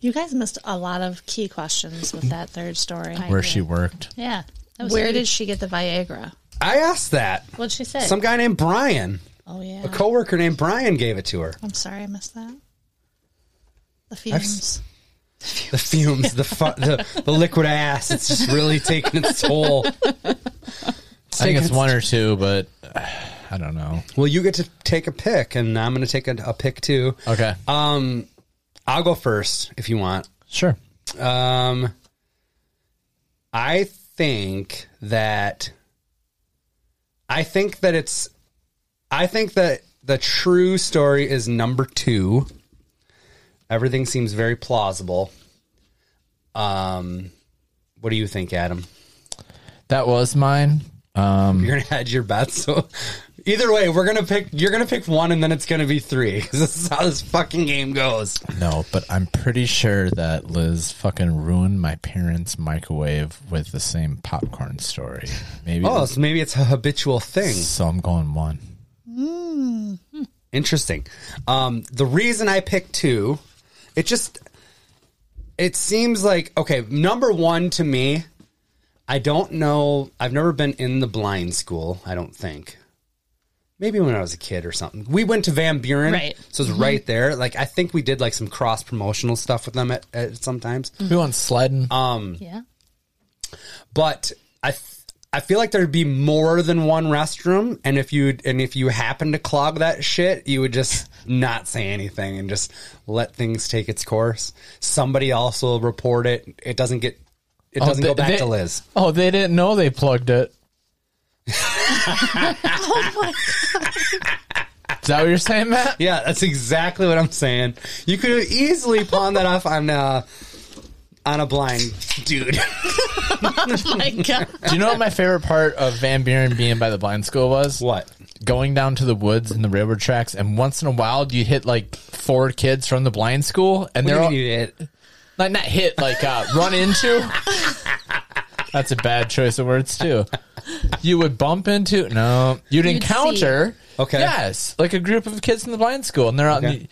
[SPEAKER 3] You guys missed a lot of key questions with that third story.
[SPEAKER 2] where she worked.
[SPEAKER 4] Yeah. That was
[SPEAKER 3] Where
[SPEAKER 4] huge.
[SPEAKER 3] did she get the Viagra?
[SPEAKER 1] I asked that.
[SPEAKER 3] What'd she say?
[SPEAKER 1] Some guy named Brian,
[SPEAKER 3] oh yeah.
[SPEAKER 1] a coworker named Brian, gave it to her.
[SPEAKER 3] I'm sorry, I missed that. The fumes.
[SPEAKER 1] The fumes, the, fu- the the liquid ass. It's just really taking its toll.
[SPEAKER 2] I think it's
[SPEAKER 1] taking-
[SPEAKER 2] one or two, but uh, I don't know.
[SPEAKER 1] Well, you get to take a pick, and I'm going to take a, a pick too.
[SPEAKER 2] Okay,
[SPEAKER 1] Um, I'll go first if you want.
[SPEAKER 2] sure.
[SPEAKER 1] Um, I think that I think that it's I think that the true story is number two. Everything seems very plausible. Um, What do you think, Adam?
[SPEAKER 2] That was mine. Um,
[SPEAKER 1] You're gonna add your bets. So either way, we're gonna pick. You're gonna pick one, and then it's gonna be three. 'Cause this is how this fucking game goes.
[SPEAKER 2] no, but I'm pretty sure that Liz fucking ruined my parents' microwave with the same popcorn story. Maybe.
[SPEAKER 1] Oh, so maybe it's a habitual thing.
[SPEAKER 2] so I'm going one.
[SPEAKER 1] Interesting. Um, the reason I picked two, it just it seems like okay. Number one to me, I don't know. I've never been in the blind school. I don't think. Maybe when I was a kid or something. We went to Van Buren,
[SPEAKER 4] Right.
[SPEAKER 1] so it's right there. Like I think we did like some cross promotional stuff with them at, at sometimes.
[SPEAKER 2] We want sliding.
[SPEAKER 4] Yeah.
[SPEAKER 1] but I th- I feel like there'd be more than one restroom, and if you and if you happen to clog that shit, you would just not say anything and just let things take its course. Somebody else will report it. It doesn't get. It doesn't
[SPEAKER 2] Oh, they-
[SPEAKER 1] go back
[SPEAKER 2] they-
[SPEAKER 1] to Liz.
[SPEAKER 2] Oh, they didn't know they plugged it. Is that what you're saying, Matt?
[SPEAKER 1] Yeah, that's exactly what I'm saying. You could have easily pawned that off on uh, on a blind dude.
[SPEAKER 4] My God.
[SPEAKER 2] Do you know what my favorite part of Van Buren being by the blind school was?
[SPEAKER 1] what?
[SPEAKER 2] Going down to the woods and the railroad tracks, and once in a while, you hit like four kids from the blind school, and they're
[SPEAKER 1] You
[SPEAKER 2] all
[SPEAKER 1] need it.
[SPEAKER 2] like not hit, like uh, run into. That's a bad choice of words too. You would bump into no, you'd, encounter.
[SPEAKER 1] Okay.
[SPEAKER 2] Yes, like a group of kids in the blind school, and they're out.
[SPEAKER 1] Okay.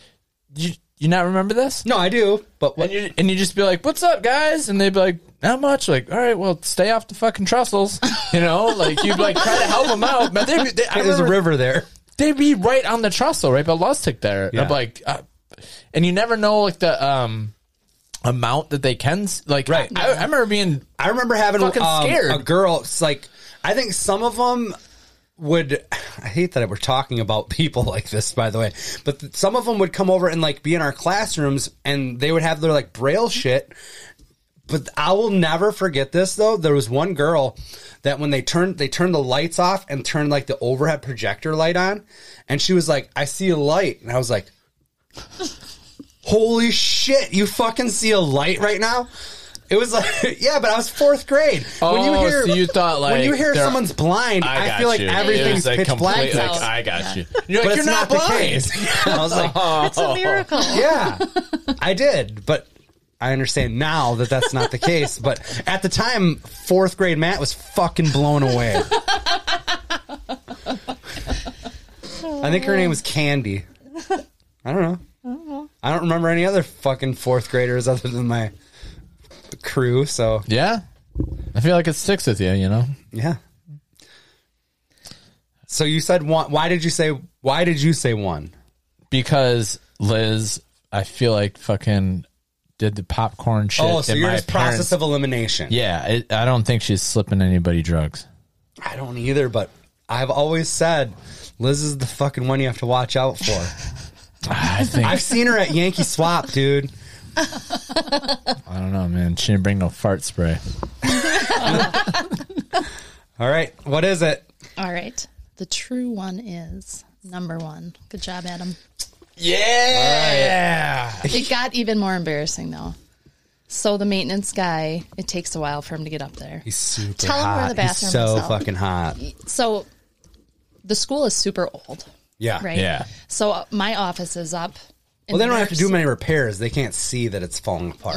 [SPEAKER 2] You, you you not remember this?
[SPEAKER 1] No, I do, but
[SPEAKER 2] And
[SPEAKER 1] what?
[SPEAKER 2] you and you just be like, "What's up, guys?" And they'd be like, "Not much." Like, "All right, well, stay off the fucking trestles," you know. Like you'd like try to help them out, but they'd be, they, I
[SPEAKER 1] There's a
[SPEAKER 2] remember
[SPEAKER 1] river there.
[SPEAKER 2] they'd be right on the trestle, right by Lustig there. And
[SPEAKER 1] Yeah.
[SPEAKER 2] I'm like, uh, and you never know like the um amount that they can s- like.
[SPEAKER 1] Right.
[SPEAKER 2] I, I remember being
[SPEAKER 1] I remember having
[SPEAKER 2] Fucking
[SPEAKER 1] um,
[SPEAKER 2] scared.
[SPEAKER 1] a girl. It's like I think some of them would. I hate that we're talking about people like this, by the way. But th- some of them would come over and like be in our classrooms, and they would have their like braille shit. But I will never forget this though. There was one girl that when they turned they turned the lights off and turned like the overhead projector light on, and she was like, "I see a light," and I was like. Holy shit, you fucking see a light right now? It was like, yeah, but I was fourth grade.
[SPEAKER 2] Oh, so you thought,
[SPEAKER 1] when
[SPEAKER 2] like,
[SPEAKER 1] you hear
[SPEAKER 2] they're-
[SPEAKER 1] someone's blind, I, feel like everything's pitch black.
[SPEAKER 4] complete, like,
[SPEAKER 2] I
[SPEAKER 4] I
[SPEAKER 2] got you. You're
[SPEAKER 1] but
[SPEAKER 2] like, you're
[SPEAKER 1] it's
[SPEAKER 2] not,
[SPEAKER 1] not, the
[SPEAKER 2] blind.
[SPEAKER 1] case. I was like,
[SPEAKER 4] It's
[SPEAKER 3] Oh.
[SPEAKER 4] a miracle.
[SPEAKER 1] yeah, I did, but I understand now that that's not the case. But at the time, fourth grade Matt was fucking blown away. I think her name was Candy. I don't know. I don't remember any other fucking fourth graders other than my crew. So
[SPEAKER 2] Yeah. I feel like it sticks with you, you know.
[SPEAKER 1] yeah. So you said one. Why did you say? Why did you say one?
[SPEAKER 2] because Liz, I feel like fucking did the popcorn shit.
[SPEAKER 1] Oh, so
[SPEAKER 2] in
[SPEAKER 1] you're
[SPEAKER 2] my
[SPEAKER 1] just
[SPEAKER 2] parents-
[SPEAKER 1] process of elimination.
[SPEAKER 2] Yeah, it, I don't think she's slipping anybody drugs.
[SPEAKER 1] I don't either, but I've always said Liz is the fucking one you have to watch out for.
[SPEAKER 2] I think
[SPEAKER 1] I've seen her at Yankee Swap, dude.
[SPEAKER 2] I don't know, man. She didn't bring no fart spray.
[SPEAKER 1] All right, what is it?
[SPEAKER 5] All right. The true one is number one. Good job, Adam.
[SPEAKER 2] Yeah.
[SPEAKER 5] It got even more embarrassing, though. So the maintenance guy, it takes a while for him to get up there.
[SPEAKER 1] He's super
[SPEAKER 5] Tell him
[SPEAKER 1] hot.
[SPEAKER 5] where the bathroom
[SPEAKER 1] He's so
[SPEAKER 5] is, though.
[SPEAKER 1] fucking hot.
[SPEAKER 5] So the school is super old,
[SPEAKER 1] Yeah.
[SPEAKER 5] right?
[SPEAKER 2] Yeah.
[SPEAKER 5] So uh, my office is up. in
[SPEAKER 1] Well, they
[SPEAKER 5] the
[SPEAKER 1] don't have to
[SPEAKER 5] nurse-
[SPEAKER 1] do many repairs. They can't see that it's falling apart.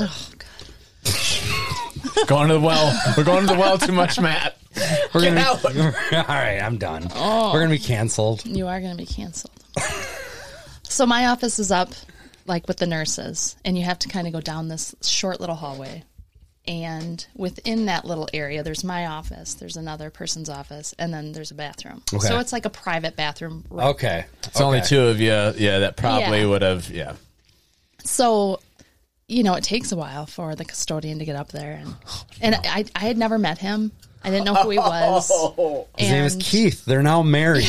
[SPEAKER 2] Going to the well. We're going to the well too much, Matt. We're
[SPEAKER 1] We're
[SPEAKER 2] Get
[SPEAKER 1] gonna
[SPEAKER 2] out.
[SPEAKER 1] be- All right, I'm done.
[SPEAKER 5] Oh.
[SPEAKER 1] We're gonna be canceled.
[SPEAKER 5] You are going to be canceled. so my office is up, like with the nurses, and you have to kind of go down this short little hallway. And within that little area, there's my office, there's another person's office, and then there's a bathroom.
[SPEAKER 1] Okay.
[SPEAKER 5] So it's like a private bathroom. Right
[SPEAKER 1] Okay.
[SPEAKER 2] It's only two of you. Yeah, that probably
[SPEAKER 5] Yeah.
[SPEAKER 2] would have. Yeah.
[SPEAKER 5] So, you know, it takes a while for the custodian to get up there, and and I I had never met him. I didn't know who he was.
[SPEAKER 1] His name is
[SPEAKER 5] And-
[SPEAKER 1] Keith. They're now married.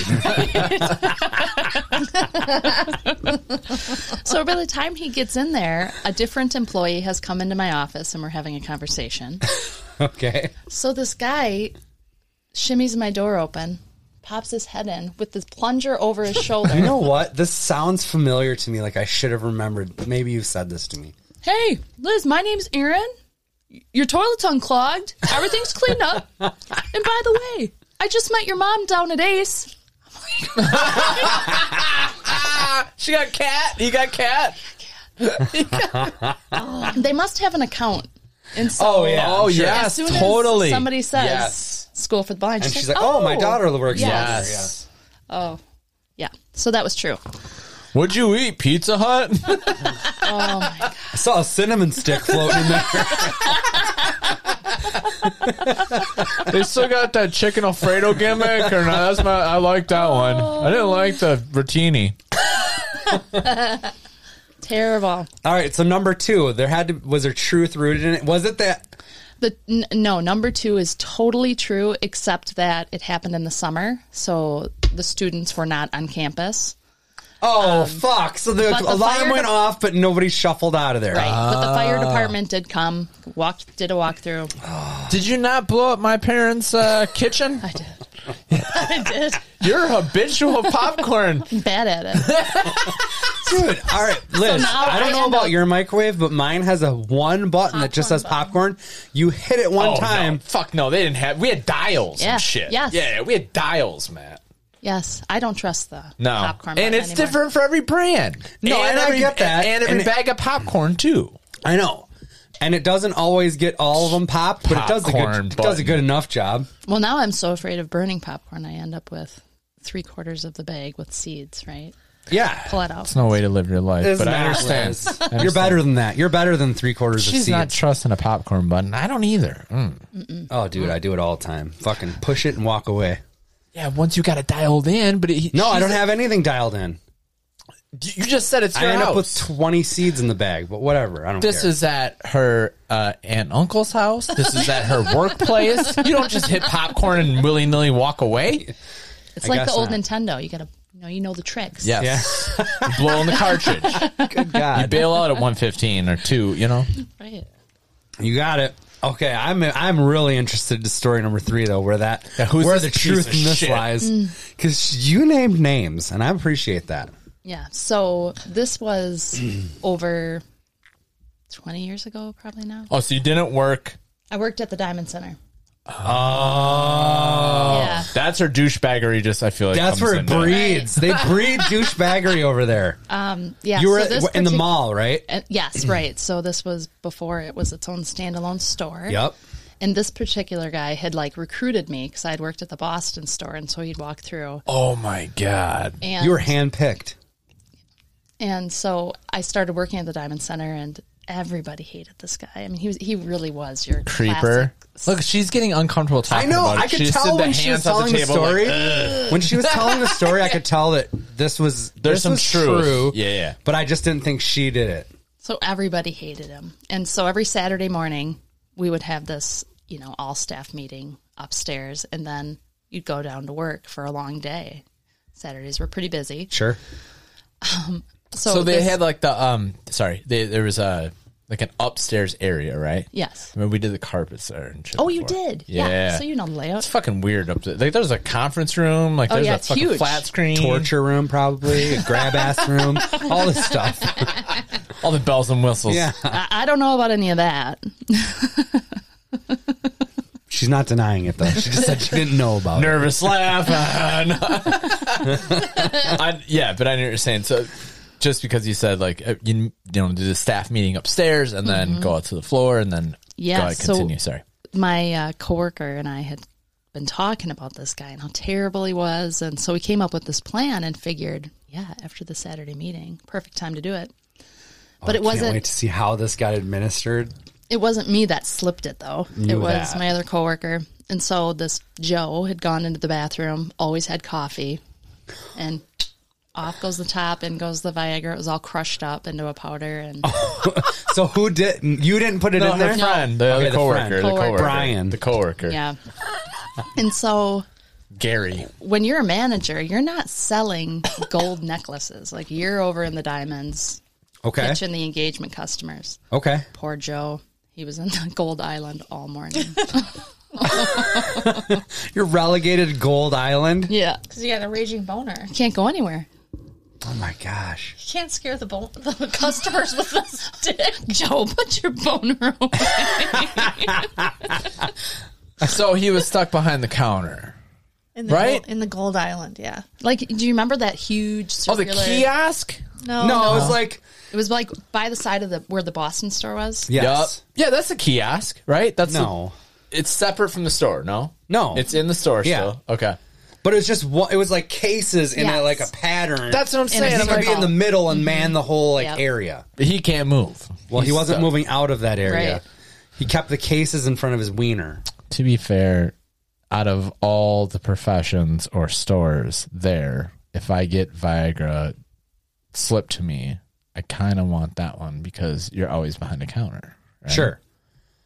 [SPEAKER 5] So by the time he gets in there, a different employee has come into my office, and we're having a conversation.
[SPEAKER 1] okay.
[SPEAKER 5] So this guy shimmies my door open, pops his head in with this plunger over his
[SPEAKER 1] You
[SPEAKER 5] shoulder.
[SPEAKER 1] know what? This sounds familiar to me. Like I should have remembered. Maybe you've said this to me.
[SPEAKER 5] hey, Liz, my name's Aaron. Your toilet's unclogged. Everything's cleaned up. And by the way, I just met your mom down at Ace.
[SPEAKER 2] She got cat. He got cat.
[SPEAKER 5] They must have an account. And so
[SPEAKER 1] Oh yeah.
[SPEAKER 2] Oh
[SPEAKER 1] I'm sure.
[SPEAKER 2] yes,
[SPEAKER 5] as soon
[SPEAKER 2] totally.
[SPEAKER 5] as somebody says
[SPEAKER 2] Yes.
[SPEAKER 5] school for the blind,
[SPEAKER 1] And she's like, oh, my daughter works yes. there.
[SPEAKER 2] Yes.
[SPEAKER 5] Oh, yeah. So that was true.
[SPEAKER 2] What'd you eat? Pizza Hut.
[SPEAKER 1] I saw a cinnamon stick floating in there.
[SPEAKER 2] they still got that chicken Alfredo gimmick, or not? That's my. I like that one. I didn't like the rotini.
[SPEAKER 5] Terrible.
[SPEAKER 1] All right, so number two, there had to was there truth rooted in it. Was it that?
[SPEAKER 5] The n- no number two is totally true, except that it happened in the summer, so the students were not on campus.
[SPEAKER 1] Oh fuck! So the,
[SPEAKER 5] but the
[SPEAKER 1] alarm
[SPEAKER 5] fire-
[SPEAKER 1] went off, but nobody shuffled out of there. Uh,
[SPEAKER 5] Right, but the
[SPEAKER 2] Ah.
[SPEAKER 5] fire department did come, walked, did a walkthrough.
[SPEAKER 2] Did you not blow up my parents' uh, kitchen?
[SPEAKER 5] I did
[SPEAKER 3] I did.
[SPEAKER 2] You're a habitual popcorn.
[SPEAKER 5] bad at it.
[SPEAKER 1] Dude, all right, Liz.
[SPEAKER 5] now
[SPEAKER 1] I don't
[SPEAKER 5] I
[SPEAKER 1] know
[SPEAKER 5] end
[SPEAKER 1] about
[SPEAKER 5] up-
[SPEAKER 1] your microwave, but mine has a one button that just says popcorn. You hit it one
[SPEAKER 2] Oh,
[SPEAKER 1] time.
[SPEAKER 2] no. fuck no, they didn't have. We had dials
[SPEAKER 5] Yeah.
[SPEAKER 2] and shit.
[SPEAKER 5] Yes.
[SPEAKER 2] Yeah, yeah, we had dials, Matt.
[SPEAKER 5] Yes, I don't trust the
[SPEAKER 2] No,
[SPEAKER 5] popcorn.
[SPEAKER 2] and
[SPEAKER 5] button
[SPEAKER 2] it's
[SPEAKER 5] anymore.
[SPEAKER 2] different for every brand.
[SPEAKER 1] No, and I
[SPEAKER 2] every,
[SPEAKER 1] get that.
[SPEAKER 2] and every
[SPEAKER 1] And it-
[SPEAKER 2] bag of popcorn too.
[SPEAKER 1] I know, and it doesn't always get all of them popped, but it does a
[SPEAKER 2] Popcorn
[SPEAKER 1] good it does a
[SPEAKER 2] button.
[SPEAKER 1] good enough job.
[SPEAKER 5] Well, now I'm so afraid of burning popcorn, I end up with three quarters of the bag with seeds. Right,
[SPEAKER 1] Yeah,
[SPEAKER 5] pull it out.
[SPEAKER 2] It's no way to live your life,
[SPEAKER 1] It doesn't
[SPEAKER 2] but I
[SPEAKER 1] matter,
[SPEAKER 2] understand.
[SPEAKER 1] Liz. You're better than that. You're better than three quarters
[SPEAKER 2] She's
[SPEAKER 1] of
[SPEAKER 2] not
[SPEAKER 1] seeds.
[SPEAKER 2] trusting a popcorn button. I don't either. Mm.
[SPEAKER 1] oh, dude, I do it all the time. Fucking push it and walk away.
[SPEAKER 2] Yeah, once you got it dialed in, but it,
[SPEAKER 1] No, I
[SPEAKER 2] she's-
[SPEAKER 1] don't have anything dialed in.
[SPEAKER 2] You just said it's
[SPEAKER 1] I
[SPEAKER 2] your
[SPEAKER 1] end up with
[SPEAKER 2] house.
[SPEAKER 1] 20 seeds in the bag, but whatever. I don't
[SPEAKER 2] this
[SPEAKER 1] care.
[SPEAKER 2] is at her uh, aunt and uncle's house. This is at her workplace. You don't just hit popcorn and willy nilly walk away.
[SPEAKER 5] It's
[SPEAKER 1] I
[SPEAKER 5] like the
[SPEAKER 1] guess
[SPEAKER 5] old
[SPEAKER 1] not.
[SPEAKER 5] Nintendo. You gotta, you know, you know the tricks.
[SPEAKER 2] Yes. You blow on the cartridge.
[SPEAKER 1] Good God.
[SPEAKER 2] Bail out at 115 or 2, you know?
[SPEAKER 5] Right.
[SPEAKER 1] You got it. Okay, I'm I'm really interested to story number three though, where that
[SPEAKER 2] Yeah, who's
[SPEAKER 1] where the
[SPEAKER 2] this piece
[SPEAKER 1] truth
[SPEAKER 2] of
[SPEAKER 1] in this
[SPEAKER 2] shit? Mm.
[SPEAKER 1] lies, because you named names, and I appreciate that.
[SPEAKER 5] Yeah. So this was over 20 years ago, probably now.
[SPEAKER 2] Oh, so you didn't work.
[SPEAKER 5] I worked at the Diamond Center.
[SPEAKER 2] Oh.
[SPEAKER 5] Yeah.
[SPEAKER 2] That's her douchebaggery, just I feel like.
[SPEAKER 1] That's
[SPEAKER 2] comes
[SPEAKER 1] where it
[SPEAKER 2] into
[SPEAKER 1] breeds. They breed douchebaggery over there.
[SPEAKER 5] Yeah.
[SPEAKER 1] you were
[SPEAKER 5] Uh, so this
[SPEAKER 1] in the
[SPEAKER 5] partic-
[SPEAKER 1] mall, right?
[SPEAKER 5] Uh, yes, right. So this was before it was its own standalone store.
[SPEAKER 1] Yep.
[SPEAKER 5] And this particular guy had like recruited me because I'd worked at the Boston store, and so he'd walk through.
[SPEAKER 2] Oh, my God.
[SPEAKER 5] And
[SPEAKER 1] You were handpicked.
[SPEAKER 5] And so I started working at the Diamond Center, and everybody hated this guy. I mean, he was he really was your
[SPEAKER 2] Creeper.
[SPEAKER 5] classic-
[SPEAKER 2] Look, she's getting uncomfortable
[SPEAKER 1] I
[SPEAKER 2] talking
[SPEAKER 1] know.
[SPEAKER 2] about it.
[SPEAKER 1] I could
[SPEAKER 2] just
[SPEAKER 1] tell
[SPEAKER 2] did
[SPEAKER 1] when she was
[SPEAKER 2] hands on
[SPEAKER 1] telling the,
[SPEAKER 2] table,
[SPEAKER 1] story.
[SPEAKER 2] like,
[SPEAKER 1] when she was telling the story, I could tell that this was
[SPEAKER 2] There's
[SPEAKER 1] this
[SPEAKER 2] some
[SPEAKER 1] was
[SPEAKER 2] truth.
[SPEAKER 1] true.
[SPEAKER 2] Yeah, yeah.
[SPEAKER 1] But I just didn't think she did it.
[SPEAKER 5] So everybody hated him. And so every Saturday morning, we would have this, you know, all staff meeting upstairs, and then you'd go down to work for a long day. Saturdays were pretty busy.
[SPEAKER 1] Sure.
[SPEAKER 5] So,
[SPEAKER 2] so they
[SPEAKER 5] this-
[SPEAKER 2] had like the um sorry they, there was a like an upstairs area right
[SPEAKER 5] Yes.
[SPEAKER 2] i mean we did the carpets there and shit
[SPEAKER 5] Oh, you
[SPEAKER 2] before.
[SPEAKER 5] did? Yeah.
[SPEAKER 2] Yeah.
[SPEAKER 5] So you know the
[SPEAKER 2] it's
[SPEAKER 5] layout.
[SPEAKER 2] fucking weird up there like there's a conference room like
[SPEAKER 5] Oh,
[SPEAKER 2] there's
[SPEAKER 5] yeah,
[SPEAKER 2] a
[SPEAKER 5] it's
[SPEAKER 2] fucking
[SPEAKER 5] huge.
[SPEAKER 2] flat screen
[SPEAKER 1] Torture room, probably a grab ass room, all this stuff.
[SPEAKER 2] all the bells and whistles
[SPEAKER 1] Yeah,
[SPEAKER 5] I, I don't know about any of that.
[SPEAKER 1] she's not denying it though. She just said she didn't know about it.
[SPEAKER 2] nervous laugh Ah, no. I, yeah but i knew what you're saying so just because you said like uh, you, you know do the staff meeting upstairs and then go out to the floor and then
[SPEAKER 5] Yeah,
[SPEAKER 2] go out,
[SPEAKER 5] so-
[SPEAKER 2] continue sorry
[SPEAKER 5] my uh, coworker and I had been talking about this guy and how terrible he was, and so we came up with this plan and figured, yeah, after the Saturday meeting, perfect time to do it. But it
[SPEAKER 1] Can't wait
[SPEAKER 5] wasn't.
[SPEAKER 1] to see how this got administered.
[SPEAKER 5] It wasn't me that slipped it though.
[SPEAKER 1] Knew
[SPEAKER 5] it was
[SPEAKER 1] that.
[SPEAKER 5] my other coworker, and so this Joe had gone into the bathroom, always had coffee, and. Off goes the top and goes the Viagra. It was all crushed up into a powder and
[SPEAKER 1] So who did? You didn't put it
[SPEAKER 2] no,
[SPEAKER 1] in
[SPEAKER 2] her
[SPEAKER 1] there.
[SPEAKER 2] friend, the,
[SPEAKER 1] Okay,
[SPEAKER 2] the
[SPEAKER 1] the
[SPEAKER 2] coworker,
[SPEAKER 1] friend.
[SPEAKER 2] the coworker,
[SPEAKER 1] Brian.
[SPEAKER 2] the coworker,
[SPEAKER 5] yeah. And so
[SPEAKER 2] Gary.
[SPEAKER 5] when you're a manager, you're not selling gold necklaces. Like you're over in the diamonds,
[SPEAKER 1] Okay.
[SPEAKER 5] pitching the engagement customers.
[SPEAKER 1] Okay.
[SPEAKER 5] Poor Joe. He was in the gold island all morning.
[SPEAKER 1] You're relegated to Gold Island.
[SPEAKER 5] yeah.
[SPEAKER 3] Because you got a raging boner.
[SPEAKER 5] Can't go anywhere.
[SPEAKER 1] Oh my gosh.
[SPEAKER 3] You can't scare the, bone, the customers with this dick.
[SPEAKER 5] Joe, put your boner away.
[SPEAKER 2] So he was stuck behind the counter.
[SPEAKER 3] In the
[SPEAKER 2] Right?
[SPEAKER 3] Gold, in the Gold Island, yeah.
[SPEAKER 5] Like, do you remember that huge
[SPEAKER 2] Oh, the
[SPEAKER 5] circular?
[SPEAKER 2] kiosk.
[SPEAKER 3] No,
[SPEAKER 1] no, it was like
[SPEAKER 5] It was like by the side of the where the Boston store was.
[SPEAKER 1] yes.
[SPEAKER 2] Yup. Yeah, that's a kiosk, right? That's the-
[SPEAKER 1] No.
[SPEAKER 2] it's separate from the store. No,
[SPEAKER 1] No.
[SPEAKER 2] it's in the store
[SPEAKER 1] Yeah.
[SPEAKER 2] still. Okay,
[SPEAKER 1] But it was just one, it was like cases in a,
[SPEAKER 5] Yes.
[SPEAKER 1] like a pattern.
[SPEAKER 2] that's what I'm
[SPEAKER 5] a
[SPEAKER 2] saying. I'm
[SPEAKER 1] He could
[SPEAKER 2] like, mm-hmm.
[SPEAKER 1] be in the middle and man the whole like
[SPEAKER 5] Yep.
[SPEAKER 1] area.
[SPEAKER 2] he can't move.
[SPEAKER 1] Well, he
[SPEAKER 2] He's
[SPEAKER 1] wasn't
[SPEAKER 2] stuck.
[SPEAKER 1] moving out of that area.
[SPEAKER 5] Right.
[SPEAKER 1] He kept the cases in front of his wiener.
[SPEAKER 2] To be fair, out of all the professions or stores there, if I get Viagra slipped to me, I kind of want that one because you're always behind the counter. right?
[SPEAKER 1] Sure.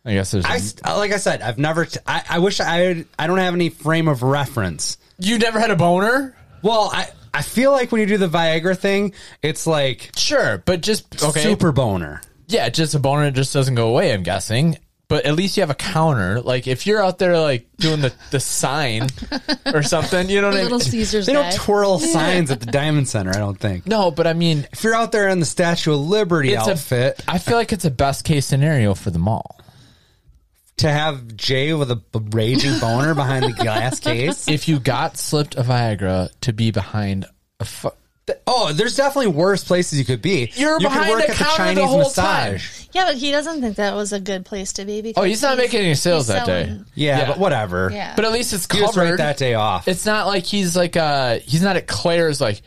[SPEAKER 2] I guess there's.
[SPEAKER 1] I s- like I said, I've never. T- I, I wish I had, I don't have any frame of reference.
[SPEAKER 2] you never had a boner?
[SPEAKER 1] Well, I I feel like when you do the Viagra thing, it's like
[SPEAKER 2] Sure, but just okay.
[SPEAKER 1] super boner.
[SPEAKER 2] Yeah, just a boner just doesn't go away, I'm guessing. But at least you have a counter. Like if you're out there like doing the, the sign or something, you know what I
[SPEAKER 5] Little
[SPEAKER 2] mean?
[SPEAKER 5] Caesars
[SPEAKER 1] They
[SPEAKER 5] guy.
[SPEAKER 1] don't twirl signs at the Diamond Center. I don't think.
[SPEAKER 2] No, but I mean
[SPEAKER 1] If you're out there in the Statue of Liberty
[SPEAKER 2] it's
[SPEAKER 1] outfit
[SPEAKER 2] a I feel like it's a best case scenario for the mall.
[SPEAKER 1] to have Jay with a b- raging boner behind the glass case.
[SPEAKER 2] If you got slipped a Viagra to be behind a fu-
[SPEAKER 1] Oh, there's definitely worse places you could be.
[SPEAKER 2] You're
[SPEAKER 1] you could
[SPEAKER 2] behind the counter the whole
[SPEAKER 3] yeah, but he doesn't think that was a good place to be. Because
[SPEAKER 2] Oh, he's not making any sales
[SPEAKER 3] he's
[SPEAKER 2] that day.
[SPEAKER 3] selling-
[SPEAKER 1] Yeah,
[SPEAKER 2] Yeah.
[SPEAKER 1] but whatever.
[SPEAKER 3] Yeah.
[SPEAKER 2] But at least it's
[SPEAKER 1] You just write
[SPEAKER 2] covered.
[SPEAKER 1] that day off.
[SPEAKER 2] It's not like he's like uh he's not at Claire's like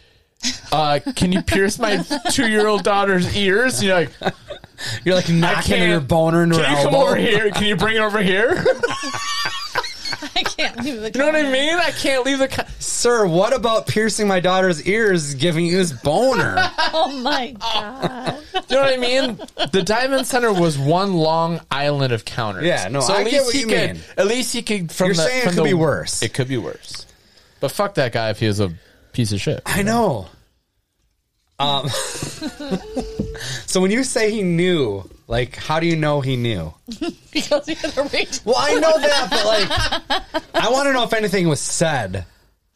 [SPEAKER 2] uh can you pierce my 2-year-old daughter's ears? You're like
[SPEAKER 1] You're like knocking
[SPEAKER 2] can't-
[SPEAKER 1] your boner into her
[SPEAKER 2] Can you come
[SPEAKER 1] elbow.
[SPEAKER 2] over here? Can you bring it over here? you
[SPEAKER 3] I can't leave the
[SPEAKER 2] know what I mean? I can't leave the. Co-
[SPEAKER 1] Sir, what about piercing my daughter's ears giving you this boner?
[SPEAKER 3] Oh my god!
[SPEAKER 2] you know what I mean? The Diamond Center was one long island of counters.
[SPEAKER 1] Yeah, no, I get what
[SPEAKER 2] he
[SPEAKER 1] you
[SPEAKER 2] could.
[SPEAKER 1] mean.
[SPEAKER 2] At least he could. From
[SPEAKER 1] You're
[SPEAKER 2] the,
[SPEAKER 1] saying it
[SPEAKER 2] from
[SPEAKER 1] could
[SPEAKER 2] the-
[SPEAKER 1] be worse.
[SPEAKER 2] It could be worse. But fuck that guy if he was a piece of shit.
[SPEAKER 1] I know. Um, so when you say he knew, like, how do you know he knew?
[SPEAKER 3] because he had a raging.
[SPEAKER 1] Well, I know that, but like, I want to know if anything was said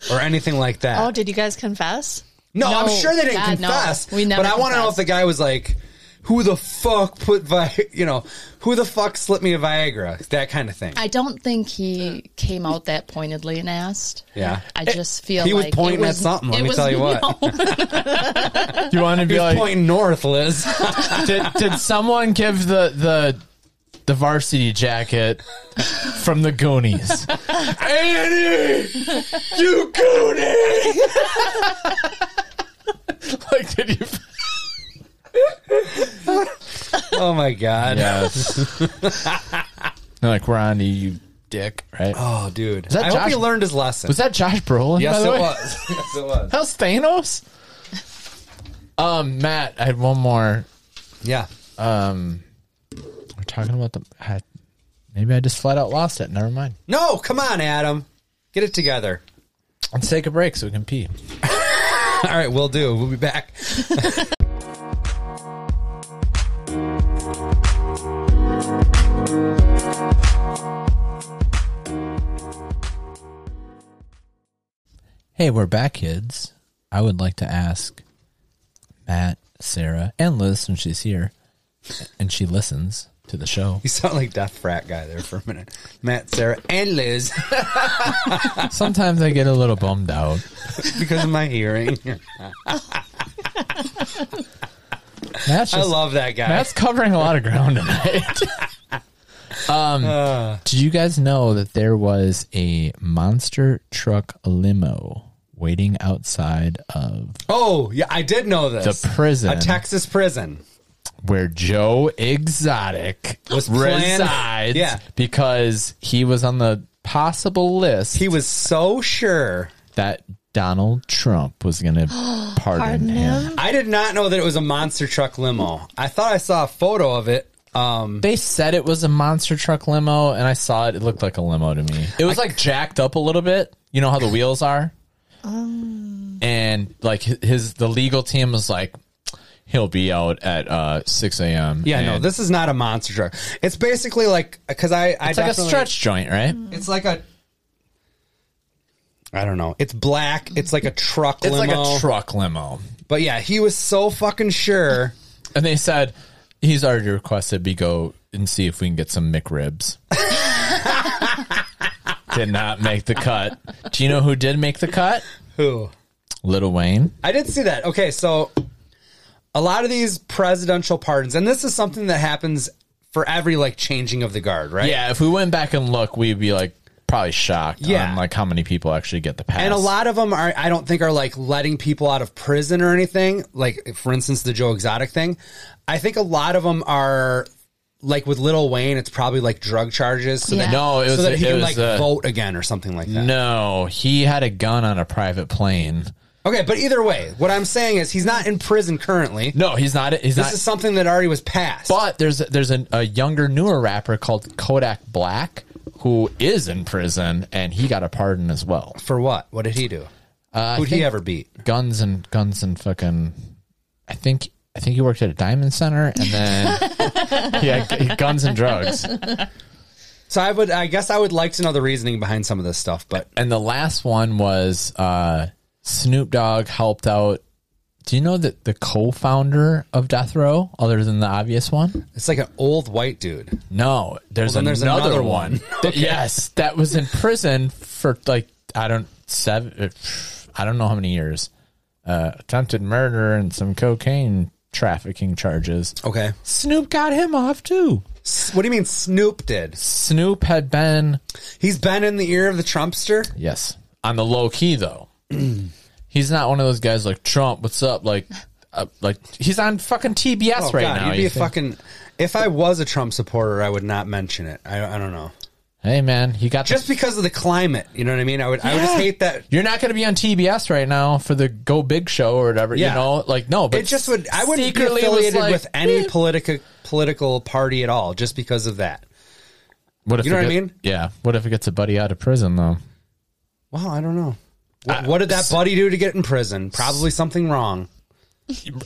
[SPEAKER 1] or anything like that.
[SPEAKER 3] Oh, did you guys confess?
[SPEAKER 1] No, I'm
[SPEAKER 5] No,
[SPEAKER 1] sure they didn't
[SPEAKER 5] God, no.
[SPEAKER 1] confess.
[SPEAKER 5] We never
[SPEAKER 1] but I want to know if
[SPEAKER 5] confessed.
[SPEAKER 1] the guy was like, "Who the fuck put Vi- you know, who the fuck slipped me a Viagra?" That kind of thing.
[SPEAKER 5] I don't think he came out that pointedly and asked.
[SPEAKER 1] Yeah.
[SPEAKER 5] I just feel
[SPEAKER 1] he was
[SPEAKER 5] like it
[SPEAKER 1] pointing
[SPEAKER 5] was-
[SPEAKER 1] at something. Let
[SPEAKER 5] it
[SPEAKER 1] me
[SPEAKER 5] was-
[SPEAKER 1] tell you what.
[SPEAKER 2] You want to
[SPEAKER 1] He
[SPEAKER 2] be
[SPEAKER 1] was
[SPEAKER 2] like?
[SPEAKER 1] pointing north, Liz.
[SPEAKER 2] Did, did someone give the the the varsity jacket from the Goonies? Annie, you Goonie! like, did you?
[SPEAKER 1] oh my god.
[SPEAKER 2] Yes. like we're on to you, dick. Right?
[SPEAKER 1] Oh, dude.
[SPEAKER 2] that
[SPEAKER 1] I hope he
[SPEAKER 2] Josh-
[SPEAKER 1] learned his lesson.
[SPEAKER 2] Was that Josh Brolin?
[SPEAKER 1] yes,
[SPEAKER 2] by the
[SPEAKER 1] it
[SPEAKER 2] way?
[SPEAKER 1] was. yes, it was.
[SPEAKER 2] How's Thanos? Um, Matt, I had one more. Um,
[SPEAKER 1] Yeah.
[SPEAKER 2] We're talking about the. I, maybe I just flat out lost it. Never mind.
[SPEAKER 1] No, come on, Adam. Get it together.
[SPEAKER 2] Let's take a break so we can pee.
[SPEAKER 1] All right, we'll do. We'll be back.
[SPEAKER 2] Hey, we're back, kids. I would like to ask Matt, Sarah, and Liz, since she's here and she listens to the show.
[SPEAKER 1] You sound like Death Frat guy there for a minute. Matt, Sarah, and Liz
[SPEAKER 2] Sometimes I get a little bummed out.
[SPEAKER 1] because of my hearing.
[SPEAKER 2] Matt's
[SPEAKER 1] I
[SPEAKER 2] just-
[SPEAKER 1] love that guy.
[SPEAKER 2] Matt's covering a lot of ground tonight.
[SPEAKER 1] Uh.
[SPEAKER 2] um, did you guys know that there was a monster truck limo waiting outside of
[SPEAKER 1] Oh, yeah, I did know
[SPEAKER 2] the
[SPEAKER 1] this.
[SPEAKER 2] prison
[SPEAKER 1] A Texas prison.
[SPEAKER 2] where Joe Exotic
[SPEAKER 1] Was planned-
[SPEAKER 2] resides
[SPEAKER 1] Yeah.
[SPEAKER 2] because he was on the possible list
[SPEAKER 1] He was so sure.
[SPEAKER 2] that Donald Trump was going to pardon, him.
[SPEAKER 1] I did not know that it was a monster truck limo. I thought I saw a photo of it. Um,
[SPEAKER 2] They said it was a monster truck limo, and I saw it. It looked like a limo to me. It was like jacked up a little bit. You know how the wheels are. And like hi- his, the legal team was like, he'll be out at uh, six a.m.
[SPEAKER 1] yeah, no,
[SPEAKER 2] and
[SPEAKER 1] this is not a monster truck. It's basically like because I, I
[SPEAKER 2] it's like a
[SPEAKER 1] definitely- Mm.
[SPEAKER 2] stretch joint, right?
[SPEAKER 1] It's like a. I don't know. It's black. It's like a truck
[SPEAKER 2] It's
[SPEAKER 1] limo.
[SPEAKER 2] like a truck limo,
[SPEAKER 1] But yeah, he was so fucking sure.
[SPEAKER 2] And they said he's already requested we go and see if we can get some McRibs. did not make the cut. Do you know who did make the cut?
[SPEAKER 1] Who?
[SPEAKER 2] Little Wayne.
[SPEAKER 1] I did see that. Okay, so a lot of these presidential pardons, and this is something that happens for every like changing of the guard, right?
[SPEAKER 2] Yeah, if we went back and look, we'd be like probably shocked
[SPEAKER 1] Yeah.
[SPEAKER 2] on like how many people actually get the pass.
[SPEAKER 1] And a lot of them are, I don't think, are like letting people out of prison or anything. Like, for instance, the Joe Exotic thing. I think a lot of them are like with Little Wayne. It's probably like drug charges, so that
[SPEAKER 2] No, it was
[SPEAKER 1] so that he
[SPEAKER 2] it
[SPEAKER 1] can
[SPEAKER 2] was
[SPEAKER 1] like
[SPEAKER 2] uh,
[SPEAKER 1] vote again or something like that.
[SPEAKER 2] No, he had a gun on a private plane.
[SPEAKER 1] Okay, but either way, what I'm saying is he's not in prison currently.
[SPEAKER 2] No, he's not. He's
[SPEAKER 1] this
[SPEAKER 2] not.
[SPEAKER 1] is something that already was passed.
[SPEAKER 2] but there's there's a, a younger, newer rapper called Kodak Black who is in prison, and he got a pardon as well.
[SPEAKER 1] for what? What did he do?
[SPEAKER 2] Uh, I
[SPEAKER 1] Who'd he
[SPEAKER 2] think
[SPEAKER 1] ever beat?
[SPEAKER 2] Guns and guns and fucking. I think I think he worked at a diamond center, and then yeah, guns and drugs.
[SPEAKER 1] So I would, I guess, I would like to know the reasoning behind some of this stuff. But
[SPEAKER 2] And the last one was uh, Snoop Dogg helped out. Do you know that the co-founder of Death Row, other than the obvious one?
[SPEAKER 1] it's like an old white dude.
[SPEAKER 2] No, there's,
[SPEAKER 1] Well, then there's
[SPEAKER 2] another,
[SPEAKER 1] another
[SPEAKER 2] one.
[SPEAKER 1] one.
[SPEAKER 2] That- Yes, that was in prison for like I don't seven, uh, I don't know how many years. Uh, attempted murder and some cocaine trafficking charges.
[SPEAKER 1] Okay.
[SPEAKER 2] Snoop got him off too.
[SPEAKER 1] S- What do you mean Snoop did?
[SPEAKER 2] Snoop had been
[SPEAKER 1] He's been in the ear of the Trumpster.
[SPEAKER 2] Yes. On the low key though. he's not one of those guys like Trump, what's up? Like uh, like he's on fucking TBS
[SPEAKER 1] Oh
[SPEAKER 2] right
[SPEAKER 1] God,
[SPEAKER 2] now.
[SPEAKER 1] you'd be
[SPEAKER 2] you
[SPEAKER 1] a
[SPEAKER 2] think?
[SPEAKER 1] fucking. If I was a Trump supporter, I would not mention it. I, I don't know.
[SPEAKER 2] Hey man, he got
[SPEAKER 1] Just
[SPEAKER 2] the,
[SPEAKER 1] because of the climate, you know what I mean. I would. I would just hate that.
[SPEAKER 2] You're not going to be on TBS right now for the Go Big show or whatever,
[SPEAKER 1] Yeah.
[SPEAKER 2] you know? Like no, but
[SPEAKER 1] It just would. I wouldn't be
[SPEAKER 2] secretly was
[SPEAKER 1] affiliated
[SPEAKER 2] like,
[SPEAKER 1] with any
[SPEAKER 2] eh.
[SPEAKER 1] political political party at all, just because of that.
[SPEAKER 2] What if
[SPEAKER 1] You know
[SPEAKER 2] it
[SPEAKER 1] what I
[SPEAKER 2] get-
[SPEAKER 1] mean?
[SPEAKER 2] Yeah. What if it gets a buddy out of prison though?
[SPEAKER 1] Well, I don't know.
[SPEAKER 2] Uh,
[SPEAKER 1] What, what did that buddy do to get in prison? Probably something wrong.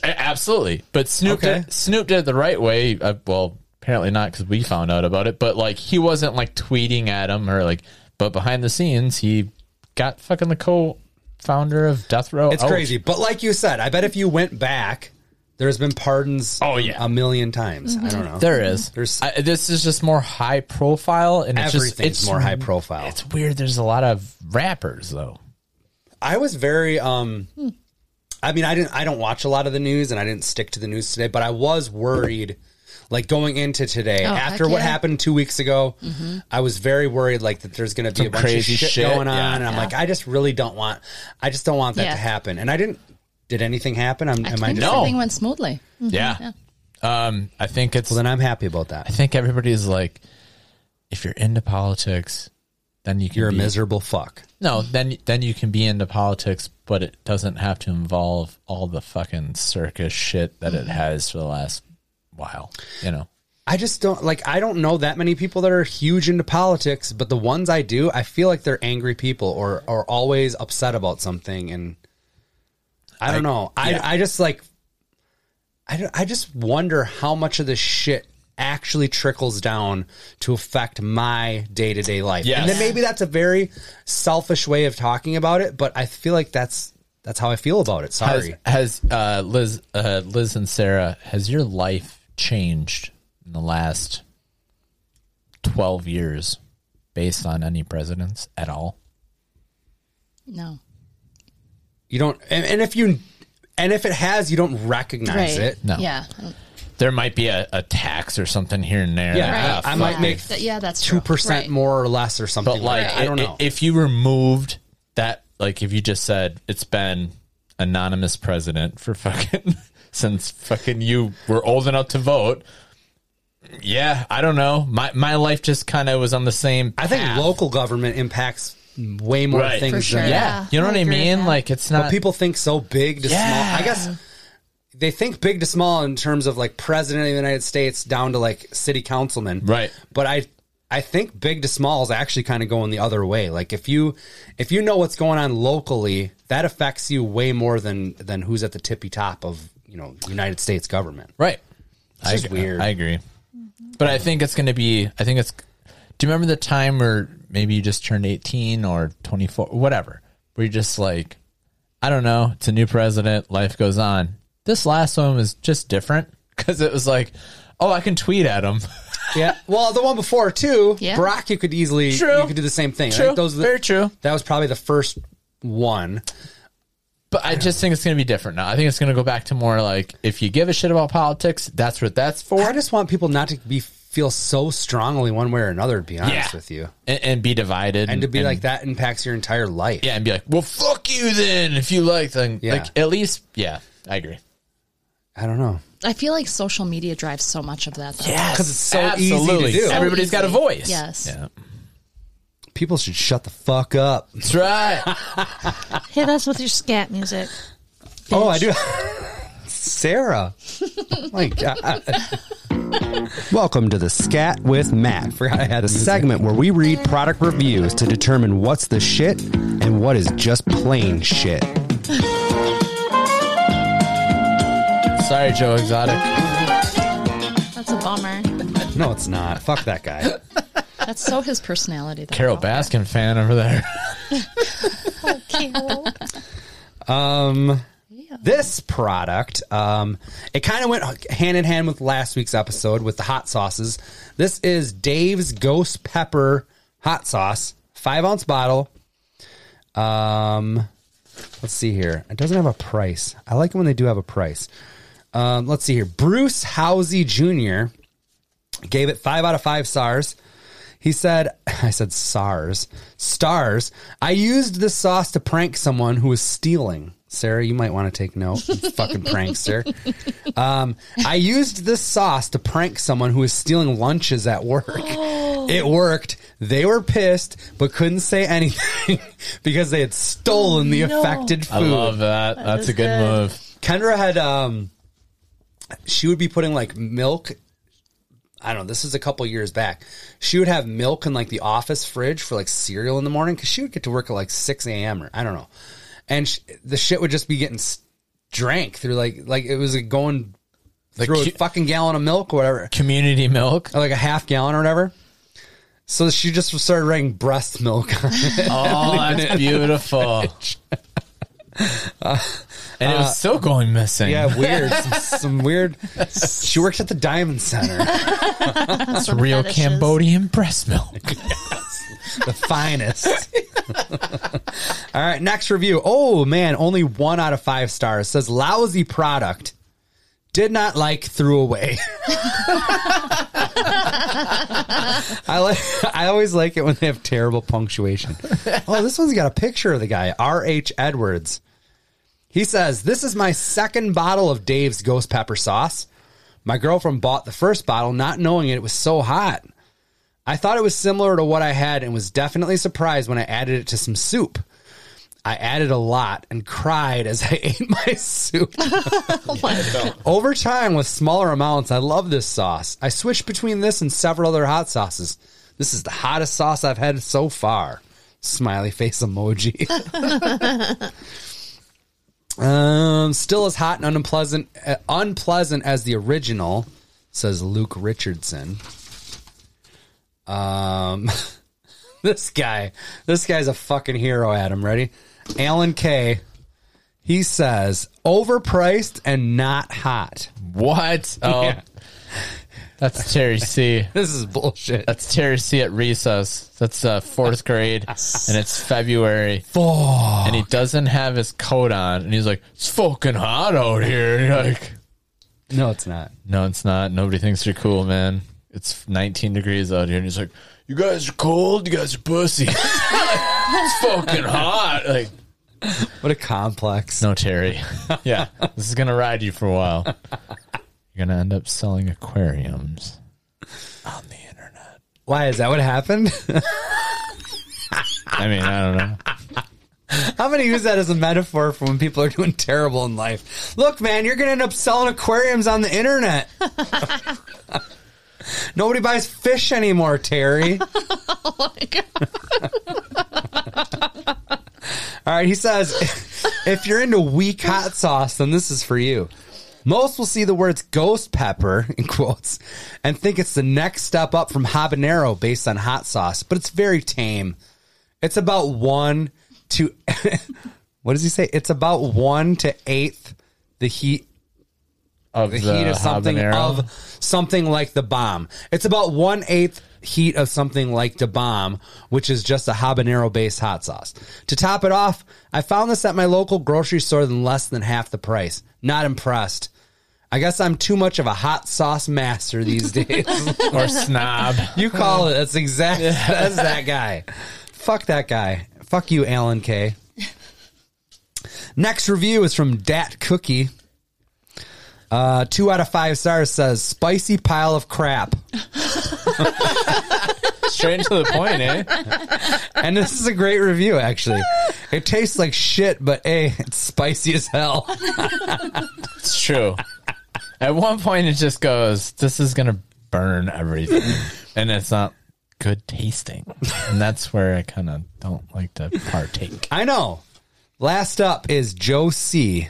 [SPEAKER 2] A- Absolutely. But Snoop
[SPEAKER 1] Okay.
[SPEAKER 2] did, Snoop did it the right way. Uh, well, apparently not because we found out about it. But like he wasn't like tweeting at him or like. But behind the scenes, he got fucking the co-founder of Death Row. Oh,
[SPEAKER 1] It's
[SPEAKER 2] out.
[SPEAKER 1] crazy. But like you said, I bet if you went back, there's been pardons.
[SPEAKER 2] Oh, yeah. Mm-hmm.
[SPEAKER 1] a million times. I don't know.
[SPEAKER 2] There is.
[SPEAKER 1] There's-
[SPEAKER 2] I, this is just more high profile, and it's just
[SPEAKER 1] Everything's
[SPEAKER 2] it's
[SPEAKER 1] more high profile.
[SPEAKER 2] It's weird. There's a lot of rappers though.
[SPEAKER 1] I was very um I mean I didn't I don't watch a lot of the news and I didn't stick to the news today, but I was worried like going into today after
[SPEAKER 5] Oh,
[SPEAKER 1] what
[SPEAKER 5] heck yeah. Mm-hmm.
[SPEAKER 1] happened 2 weeks ago. I was very worried like that there's going to be
[SPEAKER 2] Some
[SPEAKER 1] a bunch of
[SPEAKER 2] crazy
[SPEAKER 1] shit,
[SPEAKER 2] shit,
[SPEAKER 1] going on
[SPEAKER 2] yeah.
[SPEAKER 1] and I'm like I just really don't want I just don't want that
[SPEAKER 5] Yeah.
[SPEAKER 1] to happen. And I didn't did anything happen? I'm, am I
[SPEAKER 5] think
[SPEAKER 1] just
[SPEAKER 2] No.
[SPEAKER 5] everything went smoothly.
[SPEAKER 2] Mm-hmm, Yeah. Um, I think it's
[SPEAKER 1] Well, then I'm happy about
[SPEAKER 2] I
[SPEAKER 1] that.
[SPEAKER 2] think everybody's like, if you're into politics, then you can
[SPEAKER 1] You're a
[SPEAKER 2] be-
[SPEAKER 1] miserable fuck.
[SPEAKER 2] No, then then you can be into politics, but it doesn't have to involve all the fucking circus shit that it has for the last while. You know,
[SPEAKER 1] I just don't like I don't know that many people that are huge into politics, but the ones I do, I feel like they're angry people or are always upset about something and I don't know. I I just like I don't- I just wonder how much of this shit actually trickles down to affect my day-to-day life.
[SPEAKER 2] Yes.
[SPEAKER 1] And then maybe that's a very selfish way of talking about it, but I feel like that's that's how I feel about it.
[SPEAKER 2] has,
[SPEAKER 1] Sorry.
[SPEAKER 2] has uh, Liz, uh, Liz and Sarah, has your life changed in the last twelve years based on any presidents at all?
[SPEAKER 5] No.
[SPEAKER 1] You don't and, and if you and if it has, you don't recognize
[SPEAKER 5] Right.
[SPEAKER 1] it. Uh,
[SPEAKER 2] No,
[SPEAKER 5] Yeah. I don't-
[SPEAKER 2] there might be a, a tax or something here and there.
[SPEAKER 1] Yeah,
[SPEAKER 2] Ah,
[SPEAKER 1] I, I
[SPEAKER 2] fuck
[SPEAKER 1] might make
[SPEAKER 5] That- yeah, that's
[SPEAKER 1] two
[SPEAKER 5] true.
[SPEAKER 1] percent
[SPEAKER 5] Right.
[SPEAKER 1] more or less or something.
[SPEAKER 2] But like,
[SPEAKER 1] that. I don't
[SPEAKER 2] i- i-
[SPEAKER 1] know.
[SPEAKER 2] if you removed that, like, if you just said it's been anonymous president for fucking since fucking you were old enough to vote. Yeah, I don't know. My my life just kind of was on the same.
[SPEAKER 1] I think
[SPEAKER 2] path.
[SPEAKER 1] local government impacts way more
[SPEAKER 2] Right.
[SPEAKER 1] things
[SPEAKER 2] For
[SPEAKER 5] sure.
[SPEAKER 1] than
[SPEAKER 2] Yeah,
[SPEAKER 5] Yeah,
[SPEAKER 2] you know
[SPEAKER 5] I
[SPEAKER 2] what I
[SPEAKER 5] agree with
[SPEAKER 2] mean.
[SPEAKER 5] that.
[SPEAKER 2] Like, it's not
[SPEAKER 1] But people think so big to
[SPEAKER 2] Yeah.
[SPEAKER 1] small. I guess they think big to small in terms of like president of the United States down to like city councilman.
[SPEAKER 2] Right.
[SPEAKER 1] But I I think big to small is actually kind of going the other way. Like if you if you know what's going on locally, that affects you way more than than who's at the tippy top of you know United States government.
[SPEAKER 2] right. I,
[SPEAKER 1] just
[SPEAKER 2] agree-
[SPEAKER 1] weird.
[SPEAKER 2] I agree, but I think it's going to be. I think it's. Do you remember the time where maybe you just turned eighteen or twenty four, whatever, where you just like, I don't know. It's a new president. Life goes on. This last one was just different because it was like, oh, I can tweet at him.
[SPEAKER 1] Yeah. Well, the one before too,
[SPEAKER 5] Yeah.
[SPEAKER 1] Barack, you could easily
[SPEAKER 2] True.
[SPEAKER 1] you could do the same thing.
[SPEAKER 2] True.
[SPEAKER 1] Right? Those are the-
[SPEAKER 2] Very true.
[SPEAKER 1] That was probably the first one.
[SPEAKER 2] But I just think it's going to be different now. I think it's going to go back to more like if you give a shit about politics, that's what that's for.
[SPEAKER 1] I just want people not to be feel so strongly one way or another. To be honest with you,
[SPEAKER 2] and, and be divided
[SPEAKER 1] and to be like that impacts your entire life.
[SPEAKER 2] yeah, and be like, well, fuck you then if you like then
[SPEAKER 1] Yeah.
[SPEAKER 2] like at least yeah, I agree.
[SPEAKER 1] I don't know.
[SPEAKER 5] I feel like social media drives so much of that. Though.
[SPEAKER 2] Yeah,
[SPEAKER 1] 'Cause it's so easy to do. So
[SPEAKER 2] Everybody's got a
[SPEAKER 5] easy.
[SPEAKER 2] voice.
[SPEAKER 5] Yes.
[SPEAKER 2] yeah,
[SPEAKER 1] People should shut the fuck up.
[SPEAKER 2] that's right.
[SPEAKER 6] Hit us with your scat music.
[SPEAKER 1] Oh, I do. Sarah. my God. Welcome to the Scat with Matt. Forgot I had a segment where we read product reviews to determine what's the shit and what is just plain shit.
[SPEAKER 2] Sorry, Joe Exotic.
[SPEAKER 5] That's a bummer.
[SPEAKER 1] No, it's not. Fuck that guy.
[SPEAKER 5] That's so his personality. Though.
[SPEAKER 2] Carol Baskin fan over there.
[SPEAKER 1] Um, this product, um, it kind of went hand in hand with last week's episode with the hot sauces. This is Dave's Ghost Pepper Hot Sauce, five ounce bottle. Um, let's see here. It doesn't have a price. I like it when they do have a price. Um, let's see here. Bruce Housey Jr. gave it five out of five stars. He said, I said SARS, stars. I used this sauce to prank someone who was stealing. Sarah, you might want to take note. You fucking prankster. Um, I used this sauce to prank someone who was stealing lunches at work. it worked. They were pissed, but couldn't say anything because they had stolen the affected food.
[SPEAKER 2] I love that. that's a good,
[SPEAKER 3] good.
[SPEAKER 2] move.
[SPEAKER 1] Kendra had um she would be putting like milk I don't know, this is a couple years back. She would have milk in like the office fridge for like cereal in the morning because she would get to work at like 6 a.m. or I don't know. And sh- the shit would just be getting s- drank through like, like it was like going
[SPEAKER 2] Like
[SPEAKER 1] through a
[SPEAKER 2] cu-
[SPEAKER 1] fucking gallon of milk or whatever,
[SPEAKER 2] community milk.
[SPEAKER 1] or like a half gallon or whatever. So she just started writing breast milk on it.
[SPEAKER 2] Oh, that's beautiful. Uh, and it was still going missing.
[SPEAKER 1] Yeah, weird. some, some weird. She worked at the Diamond Center.
[SPEAKER 2] it's real
[SPEAKER 6] fetishes.
[SPEAKER 2] Cambodian breast milk.
[SPEAKER 1] the finest. All right, next review. Oh man, only one out of five stars says lousy product. Did not like, threw away. I like. I always like it when they have terrible punctuation. Oh, this one's got a picture of the guy, R. H. Edwards. He says, "This is my second bottle of Dave's Ghost Pepper Sauce. My girlfriend bought the first bottle, not knowing it was so hot. I thought it was similar to what I had and was definitely surprised when I added it to some soup. I added a lot and cried as I ate my soup.
[SPEAKER 5] Oh
[SPEAKER 1] Over time, with smaller amounts, I love this sauce. I switched between this and several other hot sauces. This is the hottest sauce I've had so far. Smiley face emoji. um, still as hot and unpleasant, uh, unpleasant as the original, says Luke Richardson. Um, this guy, this guy's a fucking hero, Adam. Ready? Alan Kay. He says, overpriced and not hot.
[SPEAKER 2] what? Oh,
[SPEAKER 1] Yeah.
[SPEAKER 2] that's Terry C.
[SPEAKER 1] This is bullshit.
[SPEAKER 2] That's Terry C at recess. That's uh, fourth grade, and it's February. And he doesn't have his coat on, and he's like, "It's fucking hot out here." And you're like,
[SPEAKER 1] No, it's not.
[SPEAKER 2] "No, it's not. Nobody thinks you're cool, man. It's 19 degrees out here." And he's like, "You guys are cold. You guys are pussy. it's fucking hot." Like,
[SPEAKER 1] What a complex.
[SPEAKER 2] No, Terry. Yeah, this is gonna ride you for a while. You're gonna end up selling aquariums on the internet.
[SPEAKER 1] Why is that what happened?
[SPEAKER 2] I mean, I don't know.
[SPEAKER 1] I'm going to use that as a metaphor for when people are doing terrible in life. Look, man, you're going to end up selling aquariums on the internet. Nobody buys fish anymore, Terry. All right, he says if you're into weak hot sauce, then this is for you. Most will see the words ghost pepper in quotes and think it's the next step up from habanero based on hot sauce, but it's very tame. It's about one to what does he say? It's about one to eighth the heat
[SPEAKER 2] Of
[SPEAKER 1] the, heat of something
[SPEAKER 2] habanero.
[SPEAKER 1] of something like the bomb. It's about one eighth heat of something like the bomb, which is just a habanero based hot sauce. To top it off, I found this at my local grocery store than less than half the price. Not impressed. I guess I'm too much of a hot sauce master these days.
[SPEAKER 2] or snob.
[SPEAKER 1] you call it. That's exact. That's that guy. Fuck that guy. Fuck you, Alan K. Next review is from Dat Cookie. Uh, two out of five stars says spicy pile of crap,
[SPEAKER 2] Straight to the point, eh?
[SPEAKER 1] and this is a great review. Actually, it tastes like shit, but hey, it's spicy as hell.
[SPEAKER 2] It's true. At one point, it just goes, "This is gonna burn everything," and it's not good tasting. And that's where I kind of don't like to partake.
[SPEAKER 1] I know. Last up is Joe C.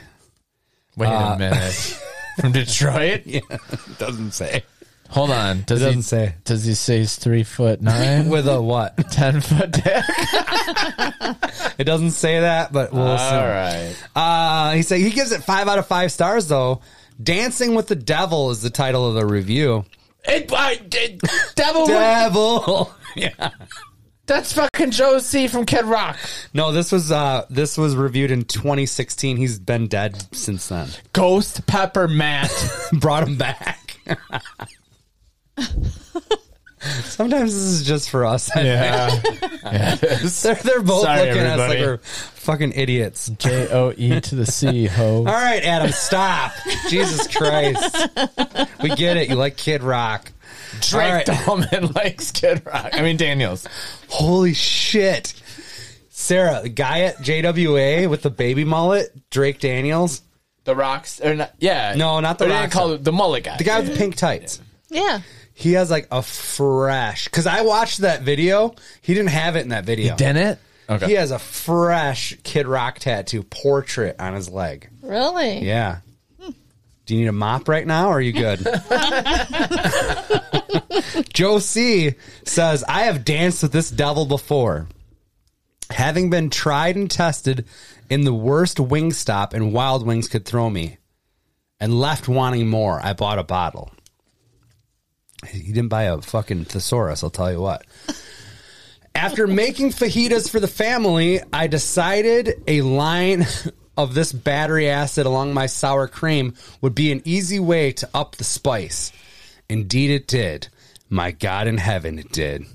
[SPEAKER 2] Wait a minute, from Detroit?
[SPEAKER 1] Doesn't say
[SPEAKER 2] Hold on. Does
[SPEAKER 1] doesn't
[SPEAKER 2] he
[SPEAKER 1] say.
[SPEAKER 2] Does he say he's three foot nine with
[SPEAKER 1] with a what?
[SPEAKER 2] ten foot dick?
[SPEAKER 1] It doesn't say that, but we'll see.
[SPEAKER 2] All right.
[SPEAKER 1] Uh, he said he gives it five out of five stars though. Dancing with the Devil is the title of the review.
[SPEAKER 2] It, I, it, devil.
[SPEAKER 1] Devil. yeah.
[SPEAKER 2] that's fucking Joe C from Kid Rock.
[SPEAKER 1] No, this was uh this was reviewed in 2016. He's been dead since then.
[SPEAKER 2] Ghost Pepper Matt.
[SPEAKER 1] Brought him back. Sometimes this is just for us.
[SPEAKER 2] yeah.
[SPEAKER 1] They're, they're both
[SPEAKER 2] Sorry,
[SPEAKER 1] looking at us like
[SPEAKER 2] everybody.
[SPEAKER 1] we're fucking idiots.
[SPEAKER 2] J O E to the C ho.
[SPEAKER 1] All right, Adam, stop. Jesus Christ. We get it. You like Kid Rock. All right.
[SPEAKER 2] Drake Dolman likes Kid Rock. I mean Daniels.
[SPEAKER 1] Holy shit. Sarah, the guy at JWA with the baby mullet, Drake Daniels,
[SPEAKER 2] The Rocks or not, yeah.
[SPEAKER 1] No, not the
[SPEAKER 2] Or they
[SPEAKER 1] Rock's-
[SPEAKER 2] didn't call it the mullet guy.
[SPEAKER 1] the guy with the pink tights.
[SPEAKER 6] Yeah.
[SPEAKER 1] He has like a fresh because I watched that video. He didn't have it in that video.
[SPEAKER 2] Dennett? Okay.
[SPEAKER 1] He has a fresh Kid Rock tattoo portrait on his leg.
[SPEAKER 3] Really?
[SPEAKER 1] Yeah. Do you need a mop right now? Or are you good? Joe C says, I have danced with this devil before. Having been tried and tested in the worst wing stop and wild wings could throw me and left wanting more, I bought a bottle. He didn't buy a fucking thesaurus, I'll tell you what. After making fajitas for the family, I decided a line of this battery acid along my sour cream would be an easy way to up the spice. Indeed, it did. My God in heaven, it did.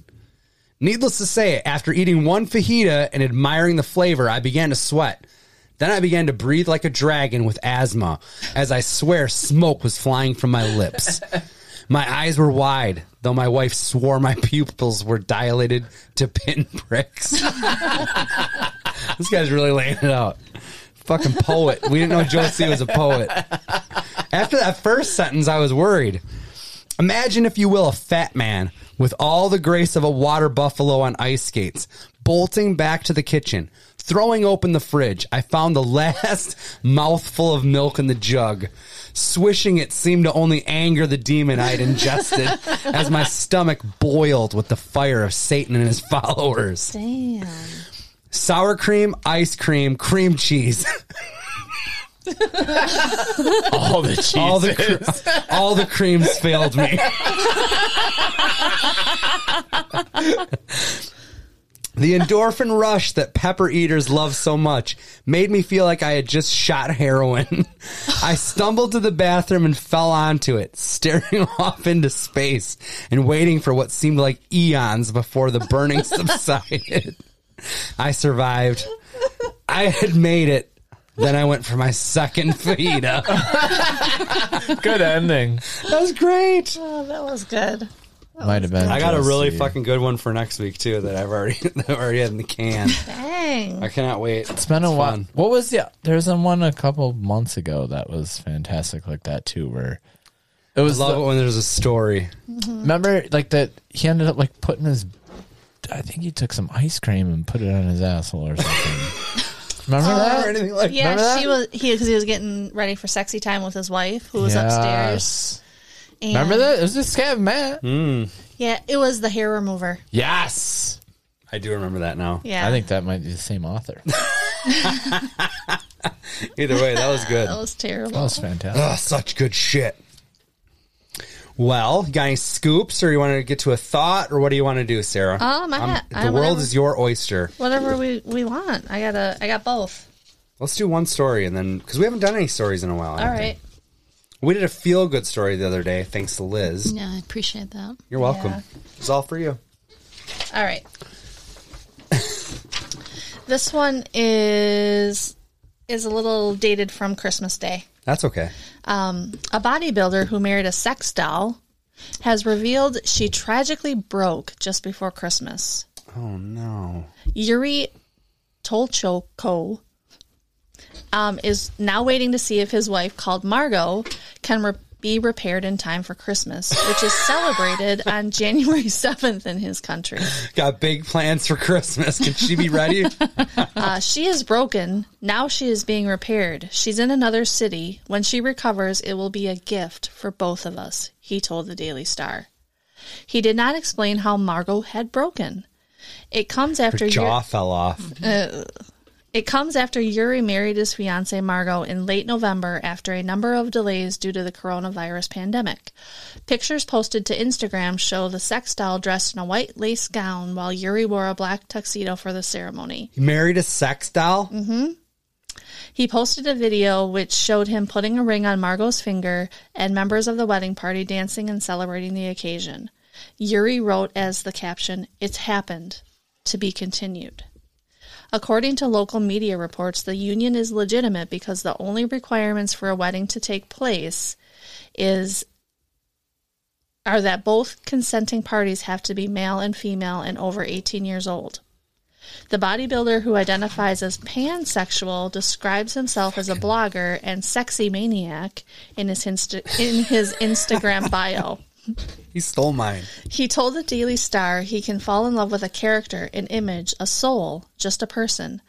[SPEAKER 1] Needless to say, after eating one fajita and admiring the flavor, I began to sweat. Then I began to breathe like a dragon with asthma, as I swear smoke was flying from my lips. My eyes were wide, though my wife swore my pupils were dilated to pinpricks. this guy's really laying it out. Fucking poet. We didn't know Josie was a poet. After that first sentence, I was worried. Imagine, if you will, a fat man with all the grace of a water buffalo on ice skates, bolting back to the kitchen, throwing open the fridge. I found the last mouthful of milk in the jug. Swishing it seemed to only anger the demon I'd ingested as my stomach boiled with the fire of Satan and his followers. Damn. Sour cream, ice cream, cream cheese.
[SPEAKER 2] All the cheese.
[SPEAKER 1] All the cre- all the creams failed me. the endorphin rush that pepper eaters love so much made me feel like I had just shot heroin. I stumbled to the bathroom and fell onto it, staring off into space and waiting for what seemed like eons before the burning subsided. I survived. I had made it. Then I went for my second fajita.
[SPEAKER 2] Good ending.
[SPEAKER 1] That was great.
[SPEAKER 6] Oh, that was good.
[SPEAKER 2] Might have been.
[SPEAKER 1] I got a
[SPEAKER 2] Joe
[SPEAKER 1] really
[SPEAKER 2] C.
[SPEAKER 1] fucking good one for next week too that I've already that I've already had in the can.
[SPEAKER 6] Dang.
[SPEAKER 1] I cannot wait.
[SPEAKER 2] It's been a while.
[SPEAKER 1] fun.
[SPEAKER 2] What was the? There was one a couple months ago that was fantastic, like that too, where it was.
[SPEAKER 1] Love it when there's a story.
[SPEAKER 2] Remember, like that he ended up like putting his. I think he took some ice cream and put it on his asshole or something. remember
[SPEAKER 1] Oh, or
[SPEAKER 2] that?
[SPEAKER 1] anything like
[SPEAKER 3] Yeah,
[SPEAKER 2] Remember
[SPEAKER 3] she
[SPEAKER 2] that?
[SPEAKER 3] was he because he was getting ready for sexy time with his wife, who was upstairs. And
[SPEAKER 2] Remember that? It was just scab Matt.
[SPEAKER 3] Yeah, it was the hair remover.
[SPEAKER 2] Yes.
[SPEAKER 1] I do remember that now.
[SPEAKER 3] Yeah,
[SPEAKER 2] I think that might be the same author.
[SPEAKER 1] Either way, that was good.
[SPEAKER 5] That was terrible.
[SPEAKER 2] That was fantastic.
[SPEAKER 1] Ugh, such good shit. Well, you got any scoops, or you want to get to a thought, or what do you want to do, Sarah?
[SPEAKER 3] Oh,
[SPEAKER 6] Um, I
[SPEAKER 1] I'm-
[SPEAKER 6] ha-
[SPEAKER 1] the
[SPEAKER 6] I-
[SPEAKER 1] world
[SPEAKER 6] whatever.
[SPEAKER 1] is your oyster.
[SPEAKER 6] Whatever we, we want. I got to I got both.
[SPEAKER 1] Let's do one story, and then because we haven't done any stories in a while. I
[SPEAKER 6] All
[SPEAKER 1] don't think.
[SPEAKER 6] right.
[SPEAKER 1] we did a feel good story the other day, thanks to Liz.
[SPEAKER 5] Yeah, I appreciate that.
[SPEAKER 1] You're welcome.
[SPEAKER 6] Yeah.
[SPEAKER 1] It's all for you.
[SPEAKER 6] All right. this one is is a little dated from Christmas Day.
[SPEAKER 1] That's okay.
[SPEAKER 6] Um, a bodybuilder who married a sex doll has revealed she tragically broke just before Christmas.
[SPEAKER 1] Oh no.
[SPEAKER 6] Yuri Tolchoko um, is now waiting to see if his wife, called Margot, can re- be repaired in time for Christmas, which is celebrated on January 7th in his country.
[SPEAKER 1] Got big plans for Christmas. Can she be ready?
[SPEAKER 6] Uh, she is broken. Now she is being repaired. She's in another city. When she recovers, it will be a gift for both of us, he told the Daily Star. He did not explain how Margot had broken. It comes after
[SPEAKER 1] Her jaw
[SPEAKER 6] Yuri-
[SPEAKER 1] fell off.
[SPEAKER 6] it comes after Yuri married his fiancee Margot in late November after a number of delays due to the coronavirus pandemic. Pictures posted to Instagram show the sex doll dressed in a white lace gown while Yuri wore a black tuxedo for the ceremony.
[SPEAKER 1] You married a sex doll?
[SPEAKER 6] Mm-hmm. He posted a video which showed him putting a ring on Margot's finger and members of the wedding party dancing and celebrating the occasion. Yuri wrote as the caption, It's happened. To be continued. According to local media reports, the union is legitimate because the only requirements for a wedding to take place is are that both consenting parties have to be male and female and over 18 years old. The bodybuilder who identifies as pansexual describes himself as a blogger and sexy maniac in his insta- in his Instagram bio.
[SPEAKER 1] He stole mine.
[SPEAKER 6] He told the Daily Star he can fall in love with a character, an image, a soul, just a person.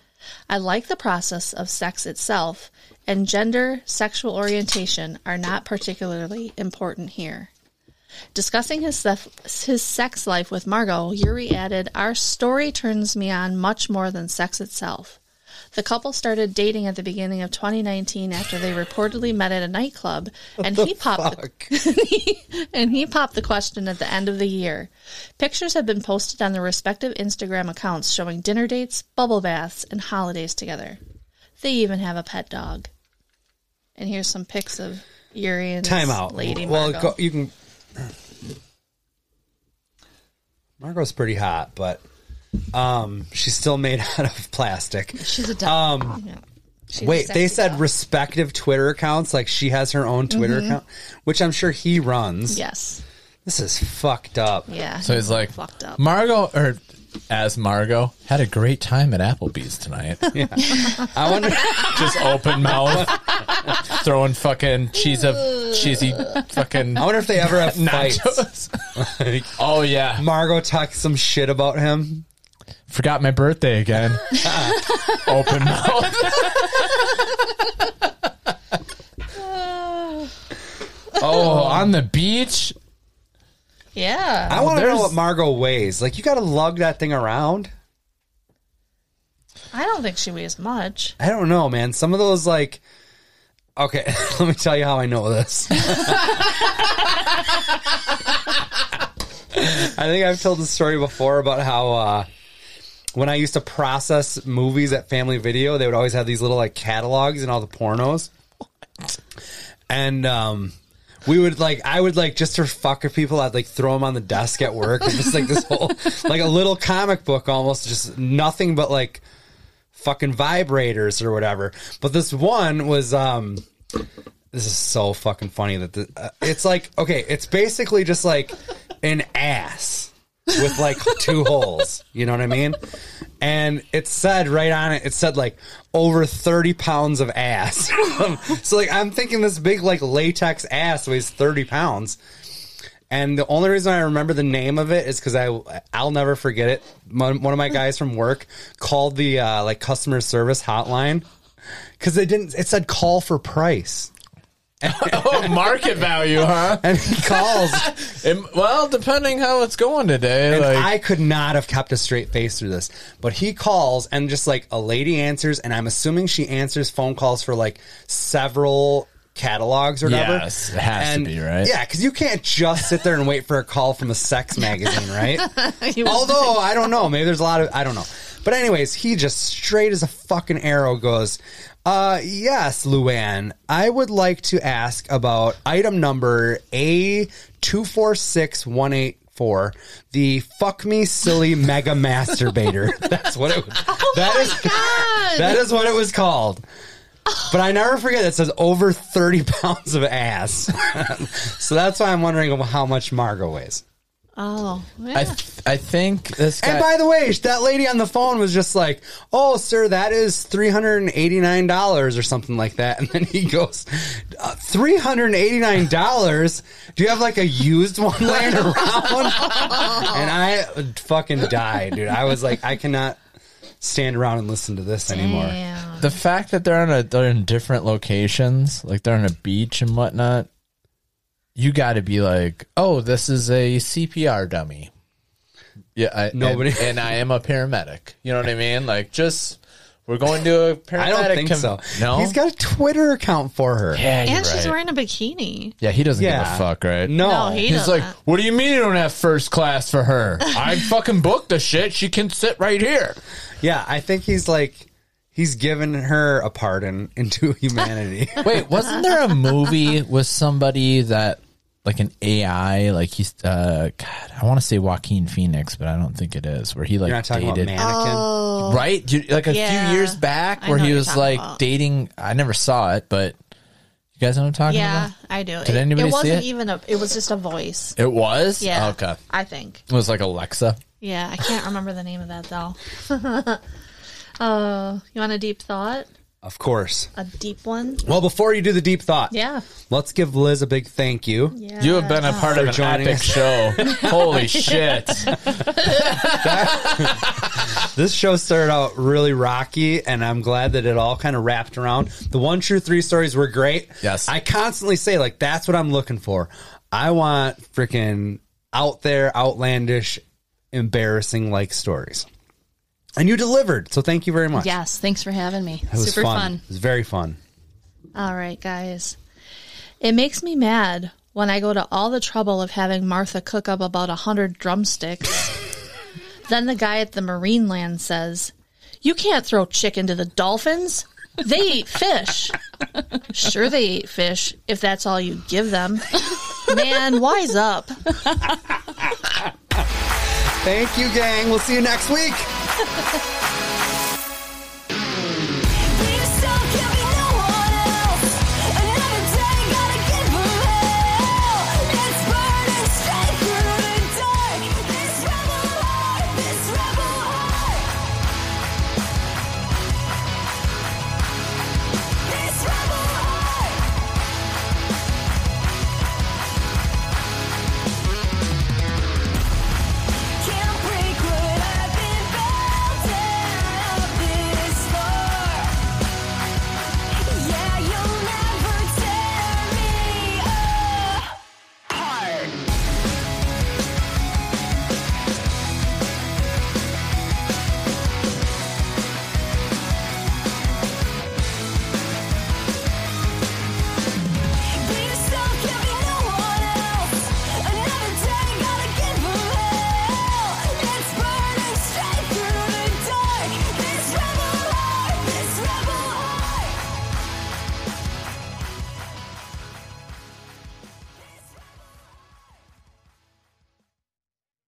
[SPEAKER 6] I like the process of sex itself, and gender, sexual orientation are not particularly important here. Discussing his, sef- his sex life with Margot, Yuri added, Our story turns me on much more than sex itself. The couple started dating at the beginning of 2019 after they reportedly met at a nightclub, and he popped the
[SPEAKER 1] Fuck.
[SPEAKER 6] and he popped the question at the end of the year. Pictures have been posted on their respective Instagram accounts showing dinner dates, bubble baths, and holidays together. They even have a pet dog. And here's some pics of Yuri and his
[SPEAKER 1] Time out.
[SPEAKER 6] Lady
[SPEAKER 1] well,
[SPEAKER 6] Margot.
[SPEAKER 1] go, you can. Margot's pretty hot, but um, she's still made out of plastic.
[SPEAKER 5] She's a doll.
[SPEAKER 6] She's
[SPEAKER 1] Wait,
[SPEAKER 6] a
[SPEAKER 1] they
[SPEAKER 6] sexy
[SPEAKER 1] said
[SPEAKER 6] dog.
[SPEAKER 1] respective Twitter accounts. Like she has her own Twitter
[SPEAKER 6] Mm-hmm.
[SPEAKER 1] account, which I'm sure he runs.
[SPEAKER 6] yes,
[SPEAKER 1] This is fucked up.
[SPEAKER 6] yeah.
[SPEAKER 2] So he's like,
[SPEAKER 6] fucked up.
[SPEAKER 2] Margo, or as Margo, had a great time at Applebee's tonight.
[SPEAKER 1] I wonder.
[SPEAKER 2] Just open mouth, throwing fucking cheese of cheesy fucking
[SPEAKER 1] I wonder if they ever have fights.
[SPEAKER 2] nachos. oh yeah,
[SPEAKER 1] Margot talks some shit about him.
[SPEAKER 2] forgot my birthday again. open mouth. oh, on the beach.
[SPEAKER 6] Yeah.
[SPEAKER 1] I want to know
[SPEAKER 2] there's-
[SPEAKER 1] what Margot weighs. Like you got to lug that thing around.
[SPEAKER 6] I don't think she weighs much.
[SPEAKER 1] I don't know, man. Some of those like Okay, let me tell you how I know this. I think I've told the story before about how uh when I used to process movies at Family Video, they would always have these little like catalogs and all the pornos. And um we would like I would like just for fuck with people, I'd like throw them on the desk at work and just like this whole like a little comic book almost just nothing but like fucking vibrators or whatever. But this one was um this is so fucking funny that the, uh, it's like okay, it's basically just like an ass with like two holes. You know what I mean? And it said right on it, it said like over 30 pounds of ass. so like I'm thinking this big like latex ass weighs 30 pounds. And the only reason I remember the name of it is because I I'll never forget it. Mon- One of my guys from work called the uh, like customer service hotline because they didn't. It said call for price.
[SPEAKER 2] oh, market value, huh?
[SPEAKER 1] and he calls.
[SPEAKER 2] Em- well, depending how it's going today,
[SPEAKER 1] and
[SPEAKER 2] like
[SPEAKER 1] I could not have kept a straight face through this. But he calls, and just like a lady answers, and I'm assuming she answers phone calls for like several catalogs or whatever.
[SPEAKER 2] Yes, it has to
[SPEAKER 1] and,
[SPEAKER 2] be, right?
[SPEAKER 1] Yeah, because you can't just sit there and wait for a call from a sex magazine, right? Although I don't know, maybe there's a lot of I don't know. But anyways, he just straight as a fucking arrow goes. Uh, yes, Luann, I would like to ask about item number A two four six one eight four, the fuck me silly mega masturbator. That's what it was.
[SPEAKER 2] Oh
[SPEAKER 1] that is that is what it was called. But I never forget that says over 30 pounds of ass. so that's why I'm wondering how much Margot weighs.
[SPEAKER 6] Oh, yeah.
[SPEAKER 2] I, th- I think this guy.
[SPEAKER 1] And by the way, that lady on the phone was just like, "Oh, sir, that is three hundred and eighty nine dollars or something like that." And then he goes, uh, 389 dollars? Do you have like a used one laying around?" and I fucking died, dude. I was like, I cannot stand around and listen to this anymore.
[SPEAKER 6] Damn.
[SPEAKER 2] the fact that they're in a they're in different locations, like they're on a beach and whatnot, you got to be like, oh, this is a CPR dummy. Yeah, I,
[SPEAKER 1] Nobody-
[SPEAKER 2] and, and I am a paramedic. You know what I mean? Like, just we're going to a paramedic.
[SPEAKER 1] I don't think
[SPEAKER 2] con-
[SPEAKER 1] so.
[SPEAKER 2] No,
[SPEAKER 1] he's got a Twitter account for her.
[SPEAKER 2] Yeah, you're
[SPEAKER 6] And she's
[SPEAKER 2] right.
[SPEAKER 6] wearing a bikini.
[SPEAKER 2] Yeah, he doesn't
[SPEAKER 1] Yeah.
[SPEAKER 2] give a fuck, right?
[SPEAKER 1] No,
[SPEAKER 6] No, he
[SPEAKER 2] He's
[SPEAKER 6] does
[SPEAKER 2] like,
[SPEAKER 6] not.
[SPEAKER 2] what do you mean you don't have first class for her? I fucking booked the shit. She can sit right here.
[SPEAKER 1] yeah, I think he's like. He's given her a pardon into humanity.
[SPEAKER 2] Wait, wasn't there a movie with somebody that like an AI, like he's uh God, I want to say Joaquin Phoenix, but I don't think it is, where he like
[SPEAKER 1] You're not talking
[SPEAKER 2] dated
[SPEAKER 1] about mannequin.
[SPEAKER 2] right? You- Like a
[SPEAKER 6] Oh. Yeah.
[SPEAKER 2] few years back
[SPEAKER 6] I
[SPEAKER 2] where
[SPEAKER 6] know
[SPEAKER 2] he
[SPEAKER 6] what
[SPEAKER 2] was
[SPEAKER 6] you're
[SPEAKER 2] like
[SPEAKER 6] talking about.
[SPEAKER 2] dating I never saw it, but you guys know what I'm talking
[SPEAKER 6] Yeah,
[SPEAKER 2] about?
[SPEAKER 6] I do.
[SPEAKER 2] Did
[SPEAKER 6] it,
[SPEAKER 2] anybody see
[SPEAKER 6] it wasn't
[SPEAKER 2] it?
[SPEAKER 6] even a. It was just a voice.
[SPEAKER 2] It was?
[SPEAKER 6] Yeah.
[SPEAKER 2] Okay.
[SPEAKER 6] I think.
[SPEAKER 2] It was like Alexa.
[SPEAKER 6] Yeah, I can't remember the name of that doll. uh, you want a deep thought?
[SPEAKER 1] Of course.
[SPEAKER 6] A deep one?
[SPEAKER 1] Well, before you do the deep thought,
[SPEAKER 6] Yeah.
[SPEAKER 1] let's give Liz a big thank you.
[SPEAKER 6] Yeah.
[SPEAKER 2] You have been a part of an
[SPEAKER 1] joining us.
[SPEAKER 2] epic show. Holy shit.
[SPEAKER 1] This show started out really rocky, and I'm glad that it all kind of wrapped around. The one true three stories were great.
[SPEAKER 2] Yes.
[SPEAKER 1] I constantly say, like, that's what I'm looking for. I want freaking out there, outlandish, embarrassing like stories. And you delivered, so thank you very much.
[SPEAKER 4] Yes, thanks for having me.
[SPEAKER 1] It was
[SPEAKER 4] Super
[SPEAKER 1] fun.
[SPEAKER 4] fun.
[SPEAKER 1] It was very fun.
[SPEAKER 6] All right, guys. It makes me mad when I go to all the trouble of having Martha cook up about a hundred drumsticks. then the guy at the Marine Land says, You can't throw chicken to the dolphins. They eat fish. Sure, they eat fish if that's all you give them. Man, wise up.
[SPEAKER 1] Thank you, gang. We'll see you next week.